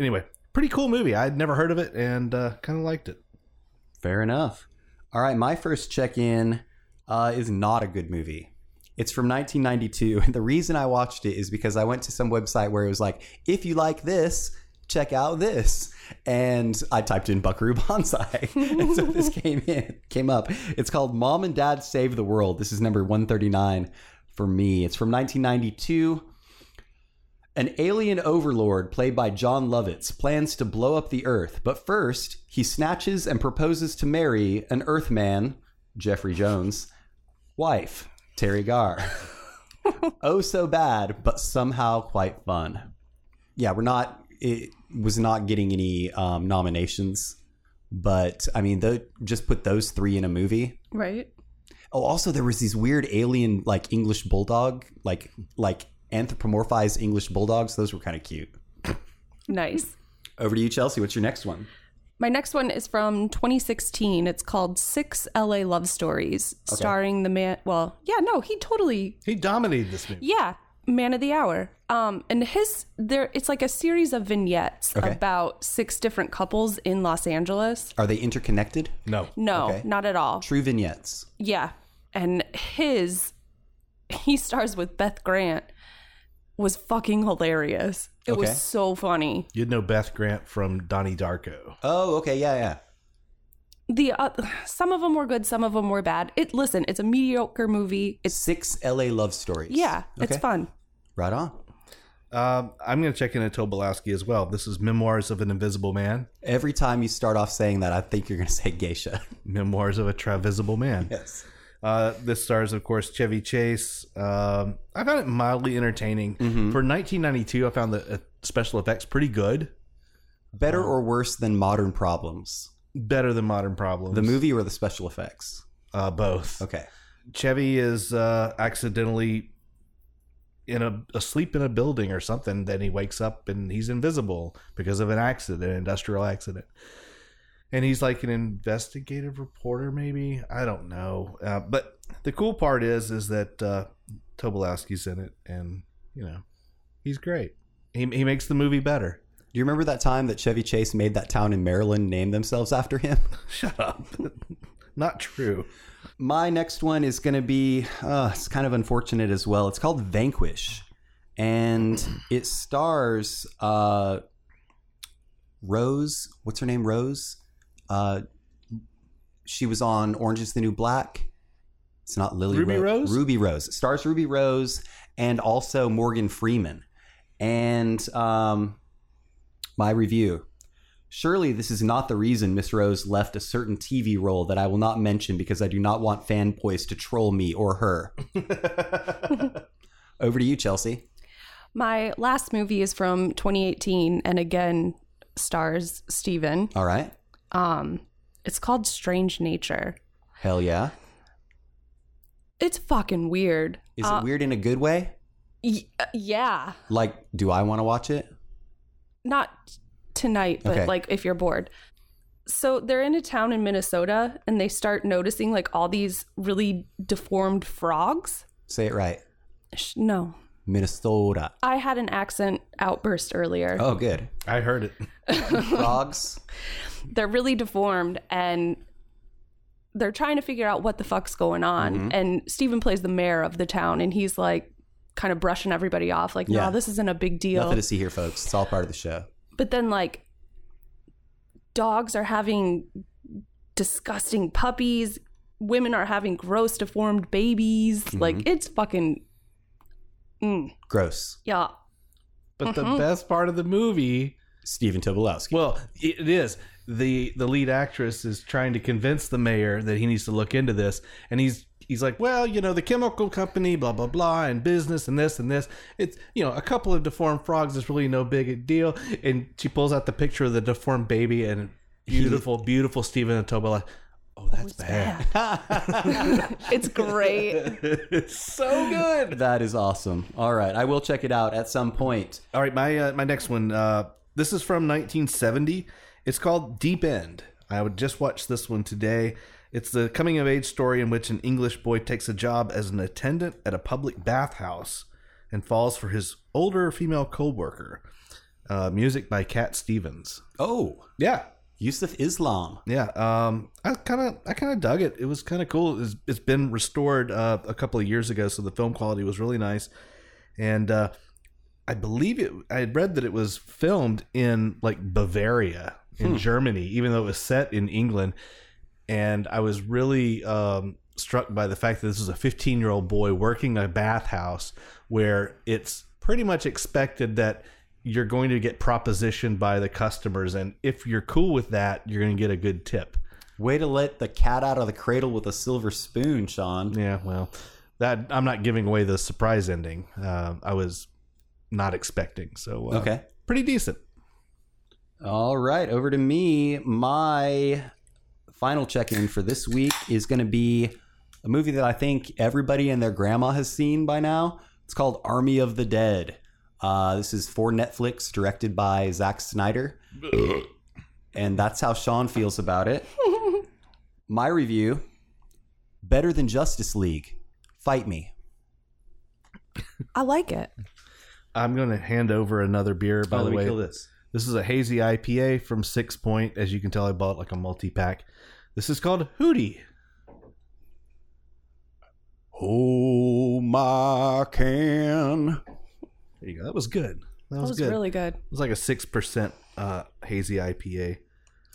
anyway, pretty cool movie. I'd never heard of it and uh, kind of liked it. Fair enough. All right, my first check in uh, is not a good movie. It's from 1992. And the reason I watched it is because I went to some website where it was like, if you like this, check out this. And I typed in Buckaroo Bonsai. and so this came in, came up. It's called Mom and Dad Save the World. This is number 139 for me. It's from 1992. An alien overlord played by John Lovitz plans to blow up the Earth, but first he snatches and proposes to marry an Earthman, Jeffrey Jones, wife, Terry Garr. oh, so bad, but somehow quite fun. Yeah, we're not. It was not getting any um, nominations, but I mean, tho- just put those three in a movie. Right. Oh, also there was these weird alien like English bulldog, like like anthropomorphized English bulldogs. Those were kind of cute. Nice. Over to you, Chelsea. What's your next one? My next one is from 2016. It's called Six LA Love Stories, starring the man. Well, yeah, no, he totally He dominated this movie. Yeah, man of the hour. Um, and his there, it's like a series of vignettes Okay. about six different couples in Los Angeles. Are they interconnected? No. No, Okay. not at all. True vignettes. Yeah, and his he stars with Beth Grant was fucking hilarious. It Okay. was so funny. You'd know Beth Grant from Donnie Darko. Oh, okay, yeah, yeah. The uh, some of them were good, some of them were bad. It listen, it's a mediocre movie. It's Six LA love stories. yeah, it's Okay. fun. Right on. Um, I'm going to check in on Tobolowski as well. This is Memoirs of an Invisible Man, Every time you start off saying that, I think you're going to say geisha. Memoirs of a Travisible Man. Yes. Uh, this stars, of course, Chevy Chase. Um, I found it mildly entertaining. Mm-hmm. For 1992, I found the uh, special effects pretty good, Better or worse than Modern Problems? better than Modern Problems. The movie or the special effects? uh, both. Okay. Chevy is uh, accidentally in a asleep in a building or something. Then he wakes up and he's invisible because of an accident, an industrial accident. And he's like an investigative reporter, maybe I don't know. Uh, but the cool part is, is that uh, Tobolowsky's in it, and you know he's great. He he makes the movie better. Do you remember that time that Chevy Chase made that town in Maryland name themselves after him? Shut up. Not true. My next one is going to be, uh, it's kind of unfortunate as well. It's called Vanquish, and it stars uh, Rose. What's her name? Rose. Uh, she was on Orange is the New Black. It's not Lily Ruby Ro- Rose? Ruby Rose. It stars Ruby Rose and also Morgan Freeman. And um, my review Surely this is not the reason Miss Rose left a certain TV role that I will not mention because I do not want fanboys to troll me or her. Over to you, Chelsea. My last movie is from 2018, and again stars Steven. All right. Um, it's called Strange Nature. Hell yeah. It's fucking weird. Is Uh, it weird in a good way? Y- uh, yeah, Like, do I want to watch it? not tonight, but Okay. like if you're bored. So they're in a town in Minnesota, and they start noticing like all these really deformed frogs. Say it right. Sh- No, Minnesota. I had an accent outburst earlier. Oh, good. I heard it. Frogs. they're really deformed and they're trying to figure out what the fuck's going on. Mm-hmm. And Stephen plays the mayor of the town and he's like kind of brushing everybody off, like, Yeah. no, this isn't a big deal. Nothing to see here, folks. It's all part of the show. but then, like, dogs are having disgusting puppies, women are having gross, deformed babies. Like, it's fucking, Gross. yeah. But the best part of the movie Stephen Tobolowsky. Well, it is. The the lead actress is trying to convince the mayor that he needs to look into this and he's he's like, "Well, you know, the chemical company blah blah blah and business and this and this. It's, you know, a couple of deformed frogs is really no big a deal." And she pulls out the picture of the deformed baby and beautiful beautiful Stephen Atoba like, "Oh, that's bad." It's great. it's so good. that is awesome. All right. I will check it out at some point. All right, my uh, my next one. Uh, this is from 1970. It's called Deep End. I would just watch this one today. It's the coming of age story in which an English boy takes a job as an attendant at a public bathhouse and falls for his older female co-worker. Uh, music by Cat Stevens. Oh, Yeah, Yusuf Islam. yeah. Um, I kind of I kind of dug it. It was kind of cool. It's, it's been restored uh, a couple of years ago, so the film quality was really nice. And uh, I believe it. I had read that it was filmed in like Bavaria in Germany, even though it was set in England. And I was really um, struck by the fact that this is a 15 year old boy working a bathhouse where it's pretty much expected that you're going to get propositioned by the customers. And if you're cool with that, you're going to get a good tip. Way to let the cat out of the cradle with a silver spoon, Sean. Yeah, well, that I'm not giving away the surprise ending. Uh, I was not expecting. So uh, Okay. pretty decent. All right, over to me. My final check in for this week is going to be a movie that I think everybody and their grandma has seen by now. It's called Army of the Dead. Uh, this is for Netflix, directed by Zack Snyder. and that's how Sean feels about it. My review better than Justice League. Fight me. I like it. I'm going to hand over another beer. Oh, By the way, this. this is a hazy IPA from Six Point. As you can tell, I bought like a multi pack. This is called Hootie. Oh, my can. There you go. That was good. That That was, was, good. really good. it was like a six percent uh, hazy IPA.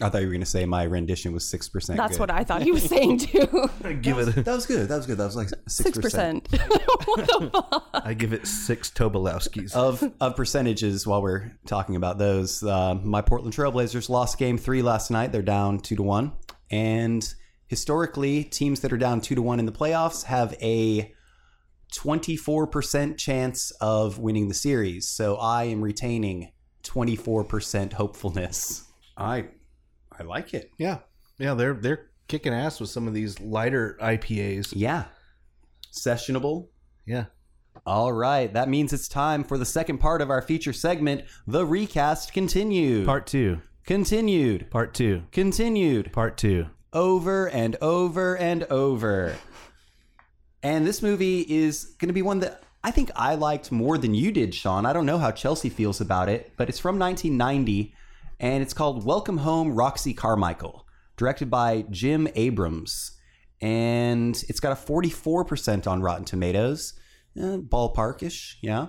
I thought you were going to say my rendition was 6%. That's good. what I thought he was saying too. I give it. That was good. That was good. That was like six Six percent percent. what the fuck? I give it six Tobolowskis. of of percentages. While we're talking about those, uh, my Portland Trailblazers lost Game Three last night. They're down two to one, and historically, teams that are down two to one in the playoffs have a twenty four percent chance of winning the series. So I am retaining twenty four percent hopefulness. I I like it. yeah, yeah. They're they're kicking ass with some of these lighter IPAs. Yeah, sessionable. Yeah. All right, that means it's time for the second part of our feature segment, The Recast Continued. Part two. continued, Part two. continued, Part two. over and over and over. And this movie is going to be one that I think I liked more than you did, Sean. I don't know how Chelsea feels about it, but it's from 1990 and it's called Welcome Home Roxy Carmichael, directed by Jim Abrams. And it's got a 44% on Rotten Tomatoes, eh, ballparkish, yeah.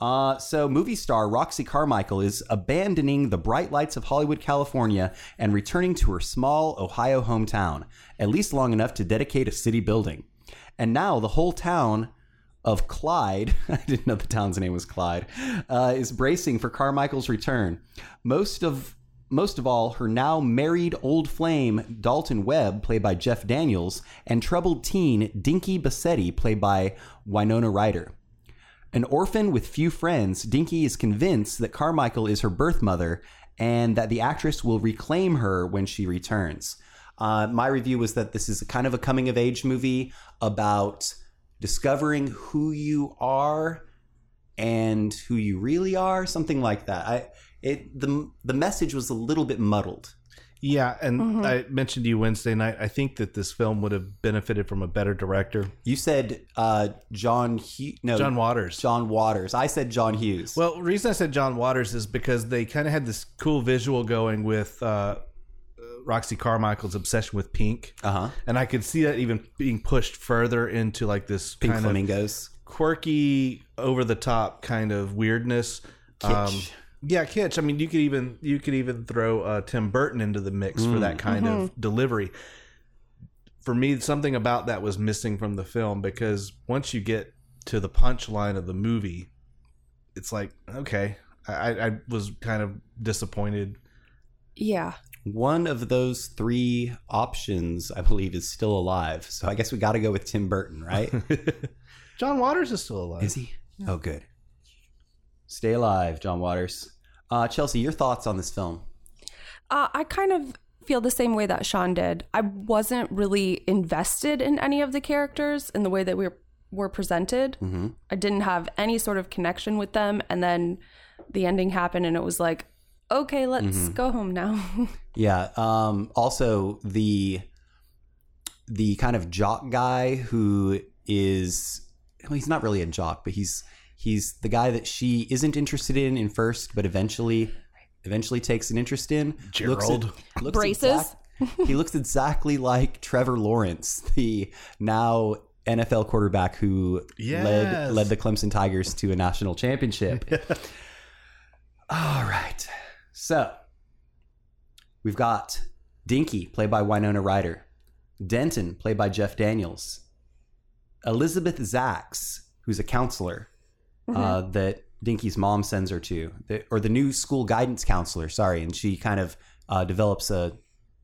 Uh, so, movie star Roxy Carmichael is abandoning the bright lights of Hollywood, California, and returning to her small Ohio hometown, at least long enough to dedicate a city building. And now the whole town of Clyde, I didn't know the town's name was Clyde, uh, is bracing for Carmichael's return. Most of most of all, her now married old flame, Dalton Webb, played by Jeff Daniels, and troubled teen Dinky Bassetti, played by Winona Ryder. An orphan with few friends, Dinky is convinced that Carmichael is her birth mother and that the actress will reclaim her when she returns. Uh, my review was that this is kind of a coming of age movie about discovering who you are and who you really are, something like that. I it the the message was a little bit muddled. Yeah, and I mentioned to you Wednesday night. I think that this film would have benefited from a better director, You said uh, John Hugh, no John Waters. John Waters. I said John Hughes. Well, the reason I said John Waters is because they kind of had this cool visual going with uh, Roxy Carmichael's obsession with pink, uh huh. and I could see that even being pushed further into like this Pink kind flamingos. of quirky, over the top kind of weirdness. Um, Kitsch. yeah, kitsch. I mean, you could even you could even throw uh, Tim Burton into the mix for that kind of delivery. For me, something about that was missing from the film because once you get to the punchline of the movie, it's like okay, I, I was kind of disappointed. Yeah. One of those three options, I believe, is still alive. So I guess we got to go with Tim Burton, right? John Waters is still alive. is he? Oh, good. Stay alive, John Waters. Uh, Chelsea, your thoughts on this film? Uh, I kind of feel the same way that Sean did. I wasn't really invested in any of the characters in the way that we were, were presented. Mm-hmm. I didn't have any sort of connection with them. And then the ending happened, and it was like, okay, let's Mm-hmm. go home now. Yeah. Um, also, the the kind of jock guy who is well, he's not really a jock, but he's he's the guy that she isn't interested in in first, but eventually eventually takes an interest in. Gerald. looks at, looks Braces? exact- he looks exactly like Trevor Lawrence, the now NFL quarterback who Yes. led led the Clemson Tigers to a national championship. All right. So we've got Dinky, played by Winona Ryder, Denton, played by Jeff Daniels, Elizabeth Zacks, who's a counselor uh, that Dinky's mom sends her to, the, or the new school guidance counselor, sorry, and she kind of uh, develops a,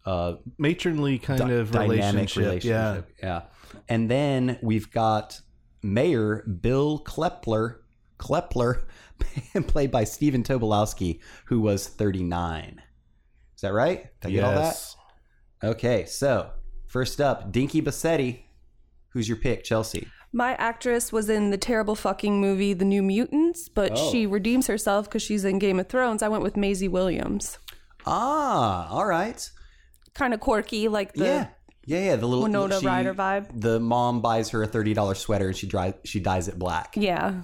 a matronly kind dy- of relationship. Yeah. yeah. And then we've got Mayor Bill Klepler, Klepler, played by Stephen Tobolowsky, who was 39. Is that right? Did I get all that? Yes. Okay, so first up, Dinky Bassetti. Who's your pick, Chelsea? My actress was in the terrible fucking movie The New Mutants, but Oh. she redeems herself because she's in Game of Thrones. I went with Maisie Williams. Ah, all right. Kind of quirky, like the. yeah, yeah, yeah. The little Winona she- Ryder vibe. The mom buys her a thirty dollars sweater and she dry, she dyes it black. Yeah.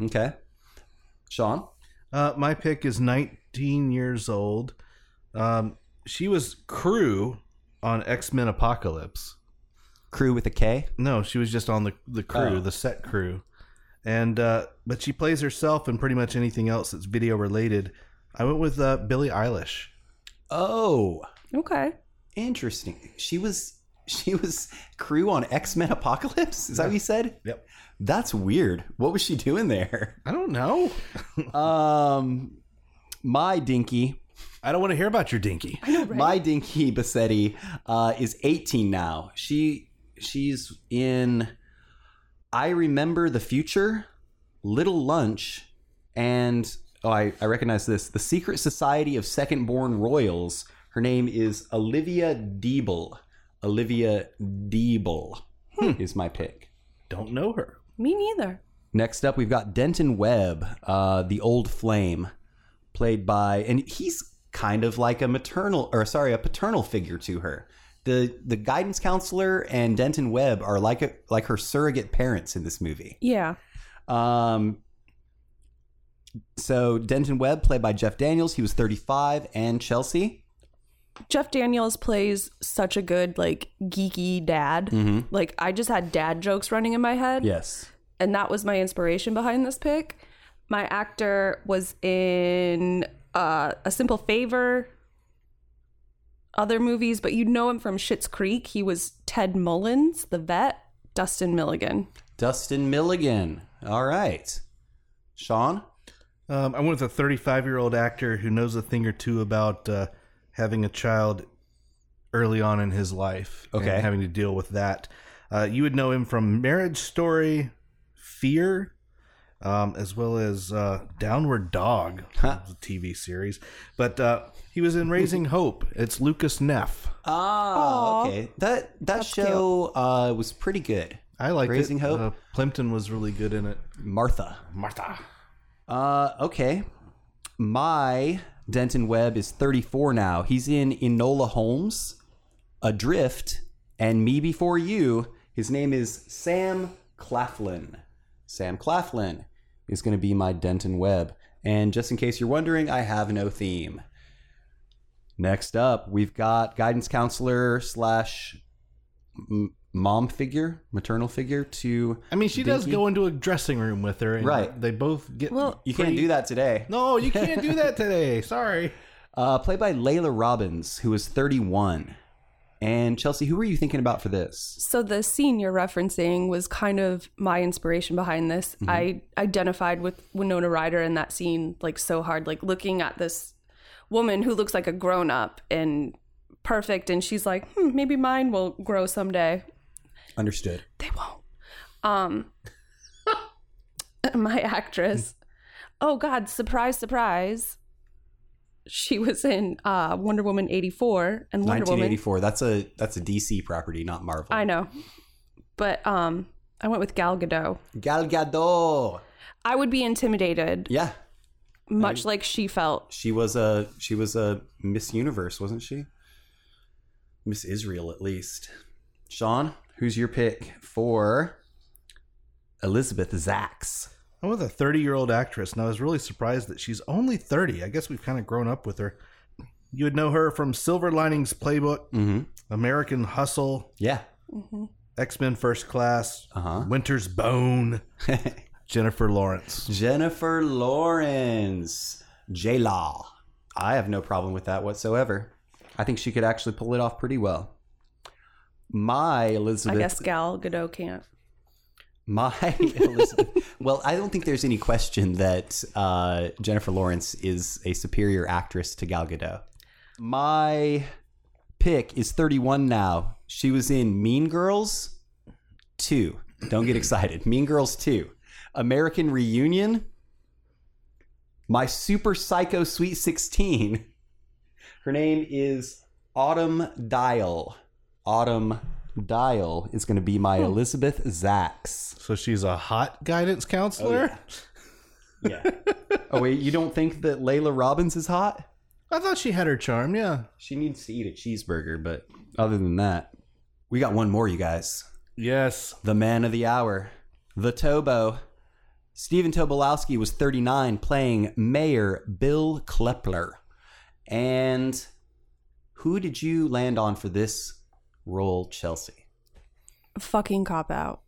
Okay, Sean. Uh, my pick is 19 years old. Um, she was crew on X Men Apocalypse. Crew with a K. No, she was just on the the crew, Oh. the set crew, and uh, but she plays herself in pretty much anything else that's video related. I went with uh, Billie Eilish. Oh, Okay. interesting. She was she was crew on X Men Apocalypse. Is that what you said? Yep. That's weird. What was she doing there? I don't know. Um, my dinky, I don't want to hear about your dinky. my dinky Bassetti uh, is 18 now. She she's in. I remember the future, Little Lunch, and oh, I, I recognize this. The Secret Society of Second Born Royals. Her name is Olivia Deeble. Olivia Deeble is my pick. Don't know her. Me neither. Next up, we've got Denton Webb, uh, the old flame, played by, and he's kind of like a maternal, or sorry, a paternal figure to her. the The guidance counselor and Denton Webb are like a, like her surrogate parents in this movie. Yeah. Um, so Denton Webb, played by Jeff Daniels, he was thirty five, and Chelsea. Jeff Daniels plays such a good, like, geeky dad. Like, I just had dad jokes running in my head. Yes. and that was my inspiration behind this pick. My actor was in uh, A Simple Favor, other movies, but you know him from Schitt's Creek. He was Ted Mullins, the vet, Dustin Milligan. Dustin Milligan. All right. Sean. Um, I went with a 35 year old actor who knows a thing or two about uh, having a child early on in his life. Okay. And having to deal with that. Uh, you would know him from Marriage Story, Fear, um, as well as uh, Downward Dog, Huh. the TV series. But uh, he was in Raising Hope. It's Lucas Neff. Ah, Aw. okay. That that show uh, was pretty good. I like Raising Hope. Uh, Plimpton was really good in it. Martha. Martha. Uh, okay. My Denton Webb is 34 now. He's in Enola Holmes, Adrift, and Me Before You. His name is Sam Claflin. Sam Claflin is going to be my Denton Webb. And just in case you're wondering, I have no theme. Next up, we've got guidance counselor slash m- mom figure, maternal figure to. I mean, she does Dinky. go into a dressing room with her, and Right. they both get. Well, You can't do that today. No, you can't do that today. Sorry. Uh, played by Layla Robbins, who is 31. And Chelsea, who were you thinking about for this? So the scene you're referencing was kind of my inspiration behind this. I identified with Winona Ryder in that scene like so hard, like looking at this woman who looks like a grown up and perfect, and she's like, hmm, maybe mine will grow someday. Understood. They won't. Um, my actress. Oh God! Surprise, surprise. She was in uh, Wonder Woman '84 and Wonder Woman 1984. That's a that's a DC property, not Marvel. I know. But um I went with Gal Gadot. Gal Gadot. I would be intimidated, Yeah, much like she felt. she was a she was a Miss Universe, wasn't she? Miss Israel, at least. Sean, who's your pick for Elizabeth Zacks? I'm with a 30 year old actress, and I was really surprised that she's only 30. I guess we've kind of grown up with her. You would know her from Silver Linings Playbook, Mm-hmm. American Hustle, Yeah, X Men First Class, Uh-huh. Winter's Bone, Jennifer Lawrence. Jennifer Lawrence, J Law. I have no problem with that whatsoever. I think she could actually pull it off pretty well. My Elizabeth. I guess Gal Gadot can't. My Elizabeth. well, I don't think there's any question that uh, Jennifer Lawrence is a superior actress to Gal Gadot. My pick is 31 now. She was in Mean Girls 2. Don't get excited. Mean Girls 2. American Reunion. My Super Psycho Sweet 16. Her name is Autumn Dial. Autumn Dial is going to be my Elizabeth Zacks. So she's a hot guidance counselor. Oh, Yeah. oh wait, you don't think that Layla Robbins is hot? I thought she had her charm. Yeah. She needs to eat a cheeseburger, but other than that, we got one more, you guys. Yes. The man of the hour, the Tobo. Stephen Tobolowski was 39, playing Mayor Bill Klepler. And who did you land on for this role, Chelsea? Fucking cop out.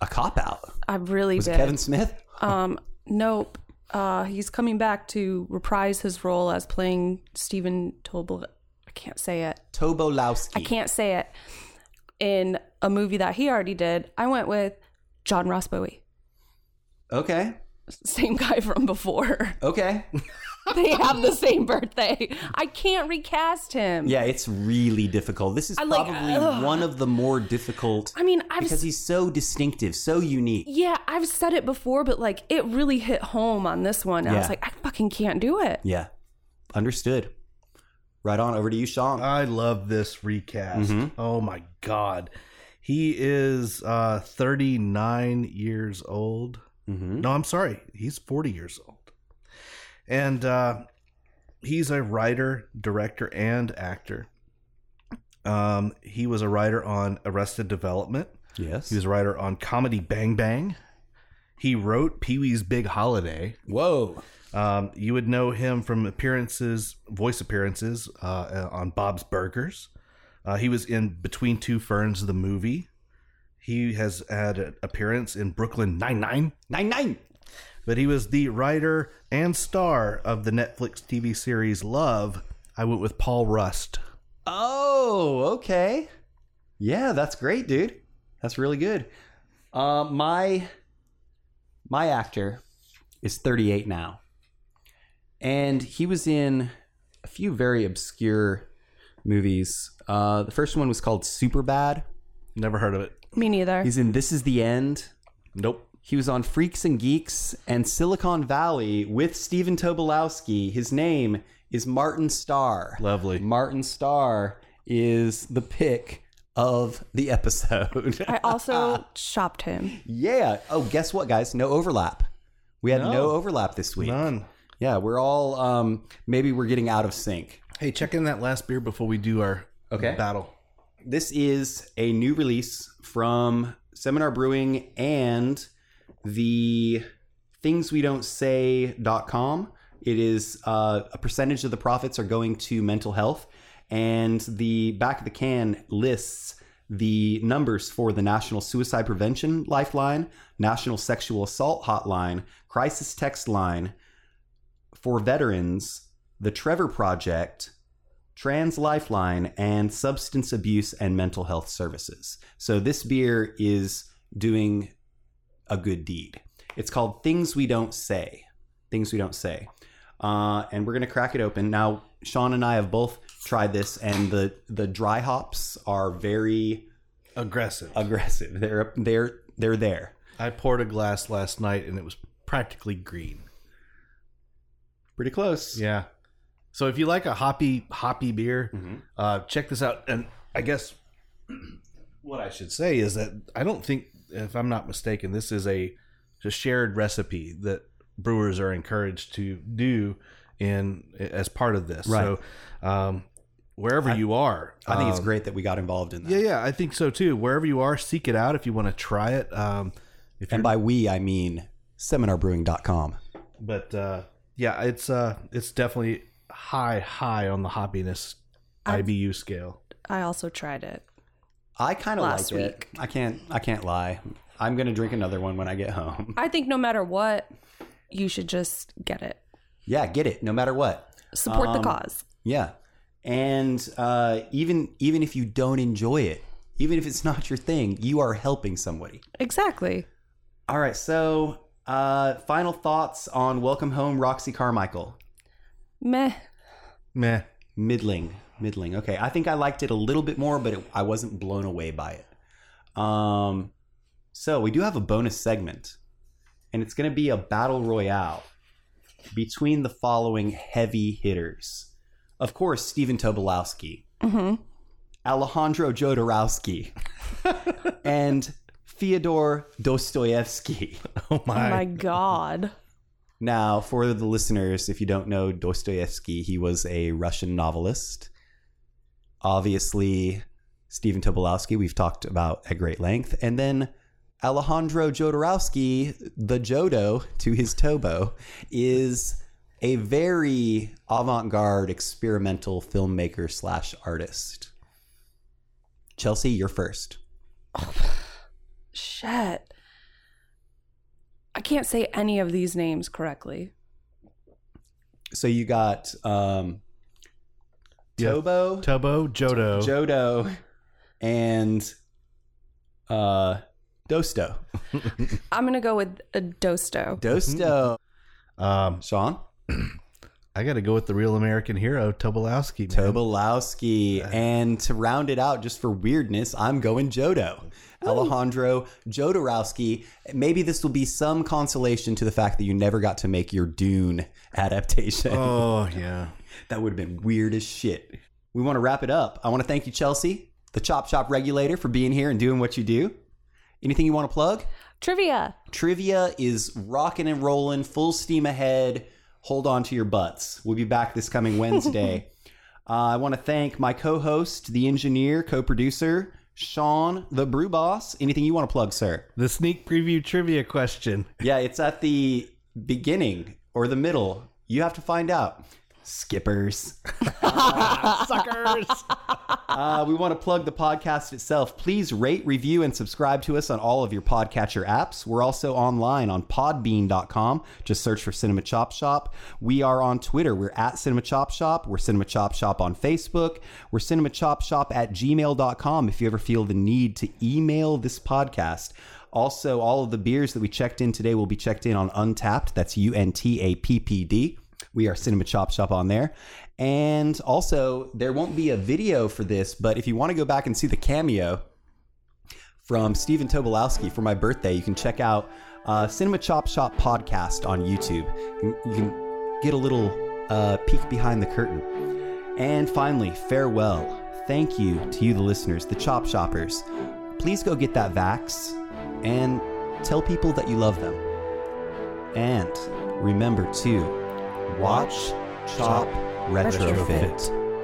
A cop out. I really Was it did. Kevin Smith? Um, nope. Uh, he's coming back to reprise his role as playing Stephen Tobol. I can't say it. Tobolowski. I can't say it. In a movie that he already did, I went with John Ross Bowie, Okay. same guy from before. Okay. they have the same birthday. I can't recast him. Yeah, it's really difficult. This is I like- uh, probably ugh. one of the more difficult I mean, I've because he's so distinctive, so unique. yeah, I've said it before, but like it really hit home on this one. I Yeah. was like, I fucking can't do it. Yeah, understood. Right on over to you, Sean. I love this recast. Mhm. Oh my god. He is uh 39 years old. mm-hmm. No, I'm sorry. He's 40 years old. And uh he's a writer, director and actor. Um he was a writer on Arrested Development. Yes. He was a writer on Comedy Bang Bang. He wrote Pee-wee's Big Holiday. Whoa. Um, you would know him from appearances, voice appearances uh, uh, on Bob's Burgers. Uh, he was in Between Two Ferns, the movie. He has had an appearance in Brooklyn Nine Nine, Nine nine. but he was the writer and star of the Netflix TV series Love. I went with Paul Rust. Oh, okay. Yeah, that's great, dude. That's really good. Uh, my my actor is 38 now, and he was in a few very obscure movies. Uh, the first one was called Superbad. Never heard of it. Me neither. He's in This Is the End. Nope. He was on Freaks and Geeks and Silicon Valley with Stephen Tobolowski. His name is Martin Starr. Lovely. Martin Starr is the pick of the episode. I also shopped him. yeah. Oh, guess what, guys? No overlap. We had no, No. overlap this week. None. Yeah, we're all um, maybe we're getting out of sync. Hey, check in that last beer before we do our Okay. battle. This is a new release from Seminar Brewing and the thingswedon'tsay.com. It is uh, a percentage of the profits are going to mental health. And the back of the can lists the numbers for the National Suicide Prevention Lifeline, National Sexual Assault Hotline, Crisis Text Line for veterans, the Trevor Project, Trans Lifeline, and Substance Abuse and Mental Health Services. So this beer is doing a good deed. It's called Things We Don't Say. Things We Don't Say. Uh, and we're gonna crack it open now. Sean and I have both tried this, and the the dry hops are very Aggressive. Um, aggressive. They're they're they're there. I poured a glass last night and it was practically green. Pretty close. Yeah. So if you like a hoppy hoppy beer, Mhm. uh, check this out. And I guess what I should say is that I don't think, if I'm not mistaken, this is a, a shared recipe that brewers are encouraged to do in as part of this. Right. So um, wherever you are, I think it's um, great that we got involved in that. Yeah, yeah, I think so too. Wherever you are, seek it out if you want to try it. Um, if And you're, by we, I mean seminarbrewing.com. but uh, yeah, it's uh, it's definitely high, high on the hoppiness IBU scale. I also tried it. I kind of Last like week. it. I can't. I can't lie. I'm gonna drink another one when I get home. I think no matter what, you should just get it. yeah, get it. No matter what. Support the Um, cause. Yeah, and uh, even even if you don't enjoy it, even if it's not your thing, you are helping somebody. Exactly. All right. So, uh, final thoughts on Welcome Home, Roxy Carmichael. Meh. Meh. Middling, middling. Okay, I think I liked it a little bit more, but it, I wasn't blown away by it. Um, so we do have a bonus segment, and it's going to be a battle royale between the following heavy hitters. Of course, Stephen Tobolowski, Mm-hmm. Alejandro Jodorowsky, and Fyodor Dostoevsky. Oh my. Oh my God. Now, for the listeners, if you don't know Dostoevsky, he was a Russian novelist. Obviously, Stephen Tobolowsky, we've talked about at great length. And then Alejandro Jodorowsky, the Jodo to his Tobo, is a very avant garde experimental filmmaker slash artist. Chelsea, you're first. Shit. I can't say any of these names correctly. So you got um, Yeah. Tobo. Tobo Jodo. Jodo and uh Dosto. I'm going to go with a Dosto. Dosto. um, Sean? I got to go with the real American hero, Tobolowski. man. Tobolowski. And to round it out just for weirdness, I'm going Jodo. Alejandro Jodorowsky. Maybe this will be some consolation to the fact that you never got to make your Dune adaptation. Oh yeah. That would have been weird as shit. We want to wrap it up. I want to thank you, Chelsea, the Chop Shop regulator, for being here and doing what you do. Anything you want to plug? Trivia. Trivia is rocking and rolling, full steam ahead. Hold on to your butts. We'll be back this coming Wednesday. uh, I want to thank my co host, the engineer, co producer, Sean, the brew boss. Anything you want to plug, sir? The sneak preview trivia question. Yeah, it's at the beginning or the middle. You have to find out. Skippers. Suckers. Uh, we want to plug the podcast itself. Please rate, review, and subscribe to us on all of your podcatcher apps. We're also online on podbean.com. Just search for Cinema Chop Shop. We are on Twitter. We're at Cinema Chop Shop. We're Cinema Chop Shop on Facebook. We're Cinema Chop Shop at gmail.com if you ever feel the need to email this podcast. Also, all of the beers that we checked in today will be checked in on Untapped. That's U N T A P P D. We are Cinema Chop Shop on there. And also, there won't be a video for this, but if you want to go back and see the cameo from Stephen Tobolowski for my birthday, you can check out uh, Cinema Chop Shop podcast on YouTube. You you can get a little uh, peek behind the curtain. And finally, farewell. Thank you to you, the listeners, the Chop Shoppers. Please go get that vax and tell people that you love them. And remember to watch, chop, retrofit.